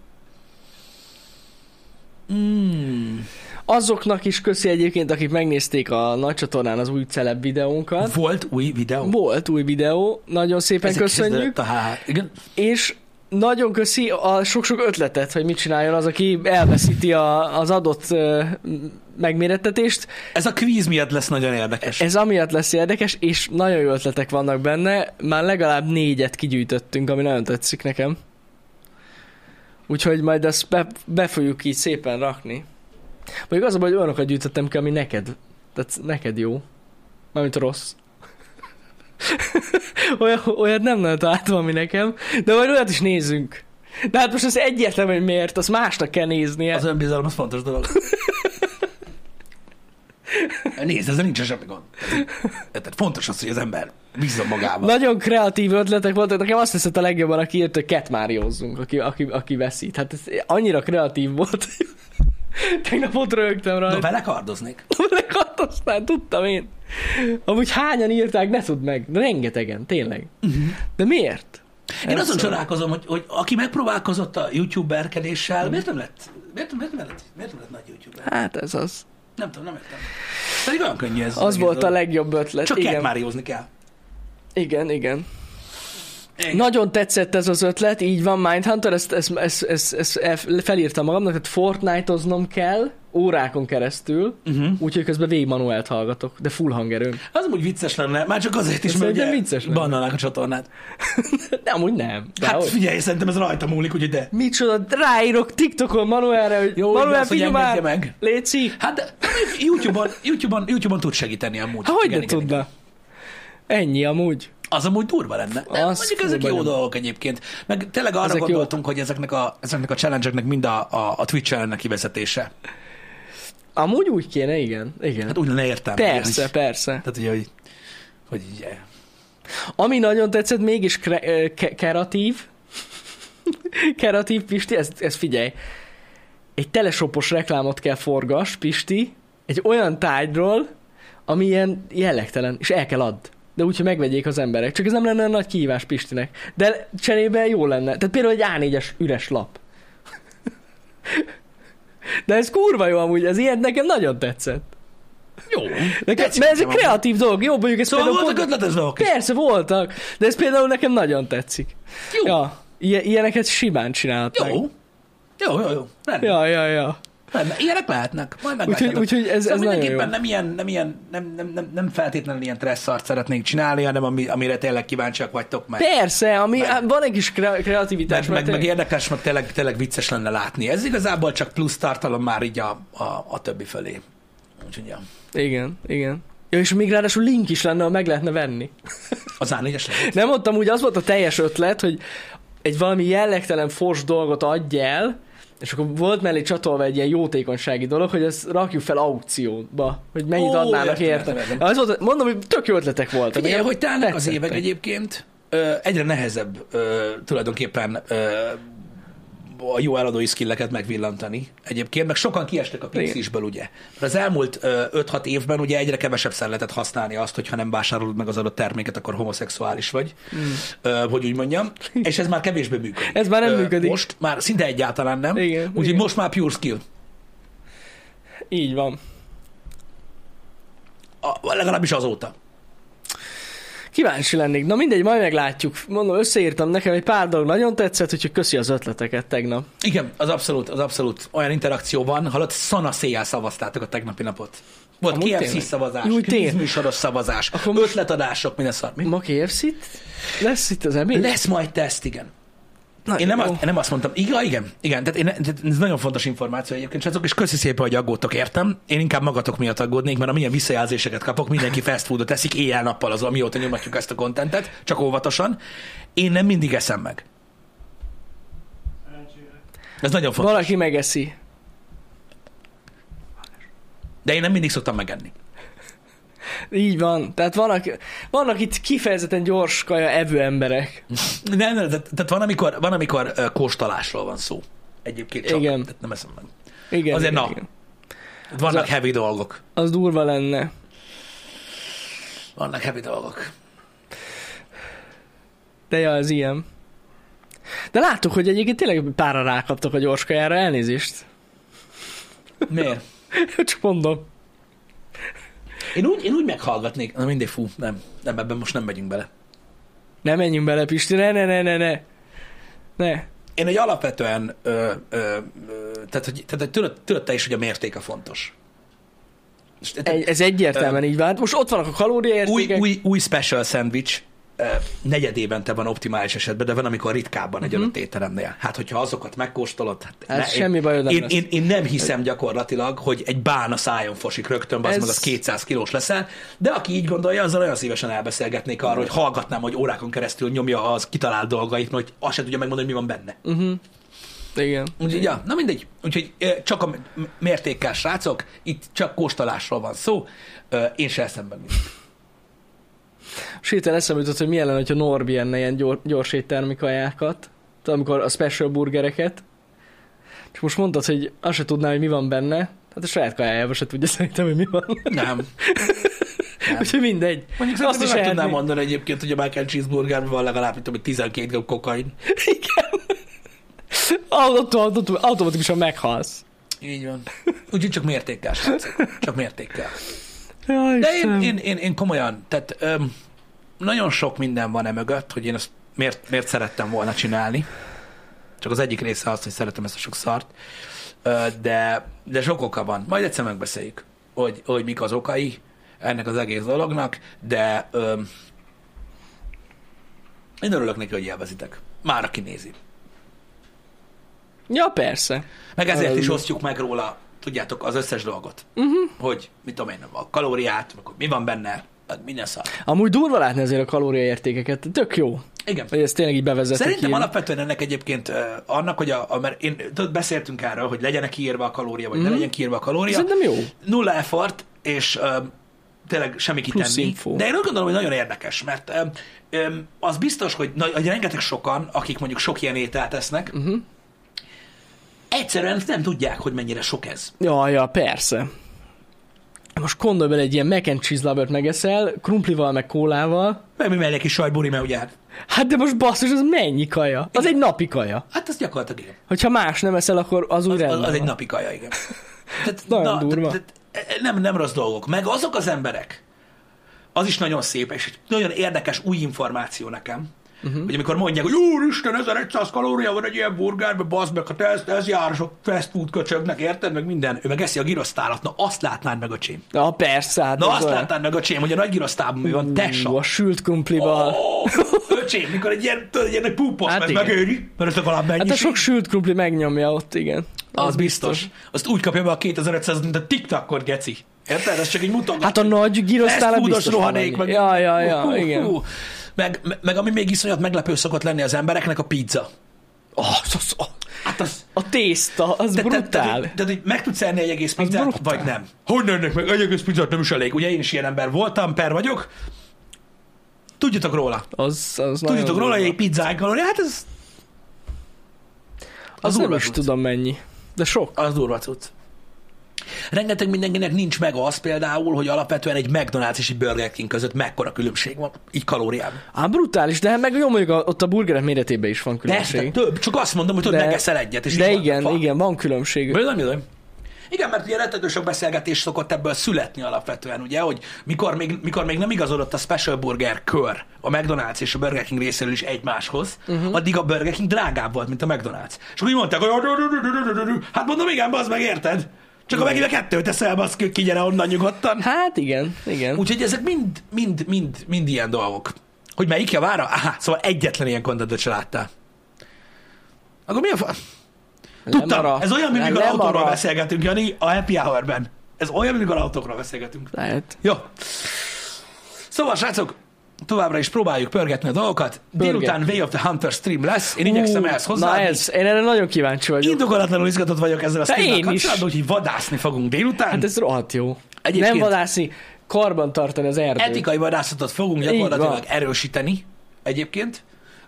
Mm.
Azoknak is köszi egyébként, akik megnézték a nagy csatornán az új celeb videónkat.
Volt új videó.
Hát- Volt új videó, nagyon szépen
Ezek kezdődött
köszönjük,
A há... Igen.
és nagyon köszi a sok-sok ötletet, hogy mit csináljon az, aki elveszíti a, az adott ö, m- megmérettetést.
Ez a kvíz miatt lesz nagyon érdekes.
Ez amiatt lesz érdekes, és nagyon jó ötletek vannak benne. Már legalább négyet kigyűjtöttünk, ami nagyon tetszik nekem. Úgyhogy majd ezt be, be fogjuk így szépen rakni. Mondjuk az a baj, hogy olyanokat gyűjtöttem ki, ami neked, tehát neked jó. Mármint rossz. Olyan, olyat nem nagyon találtam, ami nekem, de majd olyat is nézzünk. De hát most az egyértelmű, hogy miért, azt másnak kell néznie.
Az önbizalom az fontos dolog. Nézd, ezzel nincsen semmi gond. Tehát fontos az, hogy az ember bízzon magában.
Nagyon kreatív ötletek voltak, nekem azt hiszett a legjobban, aki írt, hogy ketmáriózzunk, aki, aki, aki veszít. Hát ez annyira kreatív volt. Tegnap ott rögtem
Na,
rajta.
vele kardoznék.
Aztán tudtam én. Amúgy hányan írták, ne tudd meg. De rengetegen, tényleg. Uh-huh. De miért?
Én
Nem
azon
tudom.
csodálkozom, hogy, hogy aki megpróbálkozott a youtuberkedéssel, miért nem lett, miért, miért, nem lett, miért nem lett nagy youtuber?
Hát ez az.
Nem tudom, nem értem. Pedig olyan könnyű ez.
Az
egész
volt a
dolog.
legjobb ötlet.
Csak
igen.
kell már józni kell.
Igen, igen.
Igen.
Nagyon tetszett ez az ötlet, így van Mindhunter, ezt, ezt, ezt, ezt, ezt el- felírtam magamnak, tehát Fortnite-oznom kell órákon keresztül,
Uh-huh.
Úgyhogy közben végig Manuelt hallgatok, de full hangerőm.
Az úgy vicces lenne, már csak azért is,
Ez
mert
szerintem
ugye
vicces lenne.
bannalnák a csatornát.
De amúgy nem. De
Hát
hát,
figyelj, szerintem ez rajta múlik, ugye de.
Micsoda, ráírok TikTokon Manuelre, hogy
Jó,
Jó,
hogy
Manuel,
az, hogy
figyelj már,
engedje meg.
léci.
Hát de YouTube-on, YouTube-on, YouTube-on tud segíteni amúgy.
Hát hogy
Igen,
ne
igen,
tudna? Ennyi amúgy.
Az amúgy durva lenne. Nem,
Az
mondjuk ezek
furba
jó
nem.
dolgok egyébként. Meg tényleg arra
Ezek
ezek
jók.
gondoltunk, hogy ezeknek a, ezeknek a challenge-eknek mind a, a, a Twitch ellen kivezetése.
Amúgy úgy kéne, igen. igen.
Hát úgy lenne értem.
persze, persze.
Tehát ugye, hogy, hogy ugye,
Ami nagyon tetszett, mégis kre- ö, ke- keratív. keratív, Pisti, ez, ez figyelj. Egy telesopos reklámot kell forgas, Pisti, egy olyan tárgyról, ami ilyen jellegtelen, és el kell add. De úgy, hogy megvegyék az emberek. Csak ez nem lenne olyan nagy kihívás Pistinek. De cserébe jó lenne. Tehát például egy A4-es üres lap. De ez kurva jó amúgy, ez ilyen nekem nagyon tetszett.
jó.
Nekem,
Tetszik
mert ez egy
nekem amúgy.
kreatív dolog, jó, mondjuk ez
Szóval
például
voltak
pont-
ötletes dolgok is.
Persze, voltak, de ez például nekem nagyon tetszik.
Jó.
Ja, ilyen, ilyeneket simán csinálhatnak.
Jó. Jó, jó, jó. Rendben.
Ja, ja, ja.
Rendben. Ilyenek lehetnek. Majd
Úgyhogy,
meglátjátok.
úgyhogy ez, ez
Szóval
nagyon jó.
mindenképpen nem ilyen, nem, ilyen nem, nem, nem, nem feltétlenül ilyen stresszart szeretnénk csinálni, hanem ami, amire tényleg kíváncsiak vagytok meg.
Persze, ami,
Meg-
hát van egy kis kre- kreativitás.
Meg, meg,
mert
meg érdekes, meg tényleg, tényleg vicces lenne látni. Ez igazából csak plusz tartalom már így a, a, a többi fölé. Úgyhogy ja.
Igen, igen. Ja, és még ráadásul link is lenne, ahol meg lehetne venni.
az A4-es lehet.
Nem mondtam úgy, az volt a teljes ötlet, hogy egy valami jellegtelen fors dolgot adj el, És akkor volt mellé csatolva egy ilyen jótékonysági dolog, hogy ezt rakjuk fel aukcióba, hogy mennyit
Ó,
adnának
értem,
érte.
értem, értem.
Az volt, mondom, hogy tök jó ötletek voltak.
Figyelj,
Nekem
hogy telnek az
tetszettek.
évek egyébként, ö, egyre nehezebb ö, tulajdonképpen ö, a jó eladói skilleket megvillantani egyébként, meg sokan kiestek a pixisből, ugye? Mert az elmúlt ö, 5-6 évben ugye egyre kevesebb szer lehetett használni azt, hogyha nem vásárolod meg az adott terméket, akkor homoszexuális vagy, ö, hogy úgy mondjam, és ez már kevésbé működik.
Hmm. Ez már nem működik.
Most már szinte egyáltalán nem,
Igen,
úgyhogy
igen.
most már pure skill.
Így van.
A, legalábbis azóta.
Kíváncsi lennék. Na mindegy, majd meglátjuk. Mondom, összeírtam nekem egy pár dolog nagyon tetszett, úgyhogy köszi az ötleteket tegnap.
Igen, az abszolút, az abszolút olyan interakció van. Hallott, szana széjjel szavaztátok a tegnapi napot. Volt
Amúgy
KFC
tényleg?
szavazás,
Jó, tényleg.
műsoros szavazás,
Akkor most-
ötletadások, minden szar. Mi?
Ma KFC-t? Lesz itt az ebéd?
Lesz majd teszt, igen.
Na,
Én nem,
jó.
azt, én nem azt mondtam, igen, igen, igen, tehát, én, tehát ez nagyon fontos információ egyébként, srácok, és köszi szépen, hogy aggódtok, értem. Én inkább magatok miatt aggódnék, mert amilyen visszajelzéseket kapok, mindenki fast foodot eszik éjjel-nappal az, amióta nyomatjuk ezt a kontentet, csak óvatosan. Én nem mindig eszem meg.
Szerencsére.
Ez nagyon fontos.
Valaki megeszi.
De én nem mindig szoktam megenni.
Így van. Tehát vannak, vannak itt kifejezetten gyors kaja evő emberek.
Nem, nem, tehát tehát van, amikor, van, amikor ö, kóstolásról van szó. Egyébként csak.
Igen.
Tehát nem eszem meg.
Igen.
Azért
igen,
na.
igen.
Tehát vannak heavy dolgok.
Az durva lenne.
Vannak heavy dolgok.
De ja, ez ilyen. De láttuk, hogy egyébként tényleg pára rákaptak a gyorskajára, elnézést.
Miért?
Csak mondom.
Én úgy, én úgy meghallgatnék. Na mindig fú, nem. Nem, ebben most nem megyünk bele.
Ne menjünk bele, Pisti, ne, ne, ne, ne, ne. Ne.
Én egy alapvetően, ö, ö, ö, tehát hogy, tehát, hogy tudod, tudod te is, hogy a mértéke fontos. És- tehát
Egy, ez egyértelműen így van. Most ott vannak a
új,
kalóriaértékek.
új, új special sandwich ö, negyed évente van optimális esetben, de van, amikor ritkábban egy adott étteremnél. Hát, hogyha azokat megkóstolod, hát
Hát
ne,
Mhm. semmi bajod nem
én,
lesz.
én, én, nem hiszem gyakorlatilag, hogy egy bálna szájon fosik rögtön, az
Ez-
meg az 200 kilós leszel, de aki így gondolja, azzal olyan szívesen elbeszélgetnék arról, hogy hallgatnám, hogy órákon keresztül nyomja az kitalált dolgait, mert hogy azt se tudja megmondani, hogy mi van benne.
Mhm. Igen.
Úgyhogy, ja, na mindegy. Úgyhogy ö, csak a m- mértékkel, srácok, itt csak kóstolásról van szó, Ö, én se eszembe mindig.
És hirtelen eszembe jutott, hogy milyen lenne, hogyha Norbi enne ilyen gyor, gyors éttermi kajákat. Tudod, amikor a special burgereket. Csak most mondtad, hogy azt se tudná, hogy mi van benne. Hát a saját kajájában se tudja szerintem, hogy mi van.
Nem.
Úgyhogy mindegy.
Mondjuk azt is meg
ehetné.
tudnám mondani egyébként, hogy a Mac and Cheeseburgerben van legalább, mint tudom, hogy 12 g kokain.
Autó- autó- Automatikusan meghalsz.
Így van. Úgyhogy csak mértékkel, srácok. Csak mértékkel.
Jaj,
De én,
Istenem.
én, én, én komolyan, tehát öm, nagyon sok minden van e mögött, hogy én ezt miért, miért szerettem volna csinálni. Csak az egyik része az, hogy szeretem ezt a sok szart. Ö, de, de sok oka van. Majd egyszer megbeszéljük, hogy, hogy mik az okai ennek az egész dolognak, de öm, én örülök neki, hogy élvezitek. Már aki nézi.
Ja, persze.
Meg ezért is
Örülünk.
osztjuk meg róla, tudjátok, az összes dolgot. Hogy, mit tudom én, a kalóriát, meg hogy mi van benne, meg minden szar.
Amúgy durva látni azért a kalóriaértékeket. Tök jó,
Igen.
hogy ezt tényleg így bevezetik.
Szerintem
ilyen.
alapvetően ennek egyébként ö, annak, hogy a, a mert én, tudod, beszéltünk erről, hogy legyenek kiírva a kalória, vagy mm. ne legyen kiírva a kalória.
Mhm. Szerintem jó.
Nulla effort, és ö, tényleg semmi kitenni.
Plusz info.
De én azt gondolom, hogy nagyon érdekes, mert ö, ö, az biztos, hogy, na, hogy rengeteg sokan, akik mondjuk sok ilyen ételt esznek,
Mhm.
mm-hmm. egyszerűen nem tudják, hogy mennyire sok ez.
Ja, ja, persze. Most gondolj bele, egy ilyen mac and cheese lovert megeszel, krumplival, meg kólával.
Mert mi mellé kis sajtburi, mert ugye hát-
Hát de most basszus, az mennyi kaja? Az egy napi kaja.
hát az gyakorlatilag igen.
Hogyha más nem eszel, akkor az úgy
Az,
rendben
az egy
van.
napi kaja, igen. Tehát,
Nagyon durva.
Tehát, tehát, nem, nem rossz dolgok. Meg azok az emberek, az is nagyon szép, és egy nagyon érdekes új információ nekem,
Mhm.
uh-huh. hogy amikor mondják, hogy úristen, 1100 kalória van egy ilyen burgerbe, bazd meg, ha te ez, ez jár, sok fast food köcsögnek, érted, meg minden. Ő meg eszi a girosztálat, na azt látnád meg a csém.
Na persze, hát
Na
az
azt
olyan.
látnád meg a csém, hogy a nagy girosztában mi van, tessa.
Ú, A sült krumplival.
Ó, öcsém, mikor egy ilyen, tudod, egy ilyen nagy púpos
Hát
hát
igen.
megőri, mert ez legalább mennyi.
hát a sok sült krumpli megnyomja ott, igen.
Az, az biztos. Azt úgy kapja be a 2500, mint a TikTokot, geci. Érted? Ez csak így mutogat.
Hát a nagy
Lesz
girosztála
fúdos
biztos
rohadék.
van
Meg...
ennyi. Ja, ja, ja,
Hú, hú,
igen.
hú. Meg, meg, ami még iszonyat meglepő szokott lenni az embereknek, a pizza.
Ah, Az, az, az,
Hát az,
a tészta, az
te- te-
brutál.
Tehát, tehát, hogy meg tudsz enni egy egész pizzát,
brutál.
vagy nem. Hogy ne ennek meg egy egész pizzát nem is elég. Ugye én is ilyen ember voltam, per vagyok. Tudjatok róla.
az, az nagyon
Tudjatok róla, hogy
durva.
egy pizzán kalória, hát ez...
Az nem
durva
is
cucc.
tudom mennyi. De sok.
Az durva cucc. Rengeteg mindenkinek nincs meg az például, hogy alapvetően egy McDonald's és egy Burger King között mekkora különbség van, így kalóriában.
Á, brutális, de meg jó, mondjuk a, ott a burgerek méretében is van
Persze,
különbség.
több, csak azt mondom, hogy tudod,
De-
megeszel egyet. És
De
így van,
igen,
fa.
igen, van különbség.
Bizony, bizony. Igen, mert ugye rettető sok beszélgetés szokott ebből születni alapvetően, ugye, hogy mikor még, mikor még nem igazodott a Special Burger kör a McDonald's és a Burger King részéről is egymáshoz, uh-huh. addig a Burger King drágább volt, mint a McDonald's. És akkor így mondták, hogy hát mondom, igen, bazd meg, érted? Csak ha megint a kettőt teszel, bazd ki, ki, gyere onnan nyugodtan.
Hát igen, igen.
Úgyhogy ezek mind, mind, mind, mind ilyen dolgok. Hogy melyik javára? Aha, szóval egyetlen ilyen kontentet se láttál. Akkor mi a fa... Tudtam,
Lemaradt.
ez olyan, mint mikor
Lemaradt.
autóról beszélgetünk, Jani, a happy hour-ben. Ez olyan, mint mikor autókról beszélgetünk.
Lehet.
Jó. Szóval, srácok, továbbra is próbáljuk pörgetni a dolgokat.
Pörgetjük.
Délután Way of the Hunter stream lesz. Én igyekszem
Ú,
ehhez
Na
hozzá.
ez, én erre nagyon kíváncsi vagyok.
Indokolatlanul izgatott vagyok ezzel a streamnel
én is.
kapcsolatban, úgyhogy vadászni fogunk délután.
Hát ez rohadt jó.
Egyébként-
Egyébként... Nem vadászni, karban tartani az erdőt.
etikai vadászatot fogunk
van.
gyakorlatilag erősíteni egyébként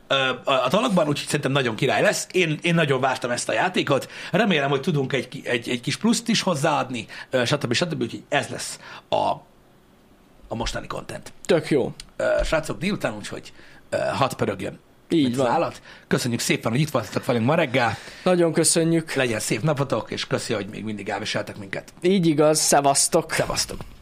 ö, a a dalokban, úgyhogy szerintem nagyon király lesz. Én, én nagyon vártam ezt a játékot. Remélem, hogy tudunk egy, ki- egy, egy kis pluszt is hozzáadni, ö, stb. stb. Úgyhogy ez lesz a, a mostani content.
Tök jó.
Ö, Srácok, délután úgyhogy ö, hat pörögjön.
Így
mint az
van.
Állat. Köszönjük szépen, hogy itt voltatok velünk ma reggel.
Nagyon köszönjük.
Legyen szép napotok, és köszi, hogy még mindig elviseltek minket.
Így igaz, szevasztok.
Szevasztok!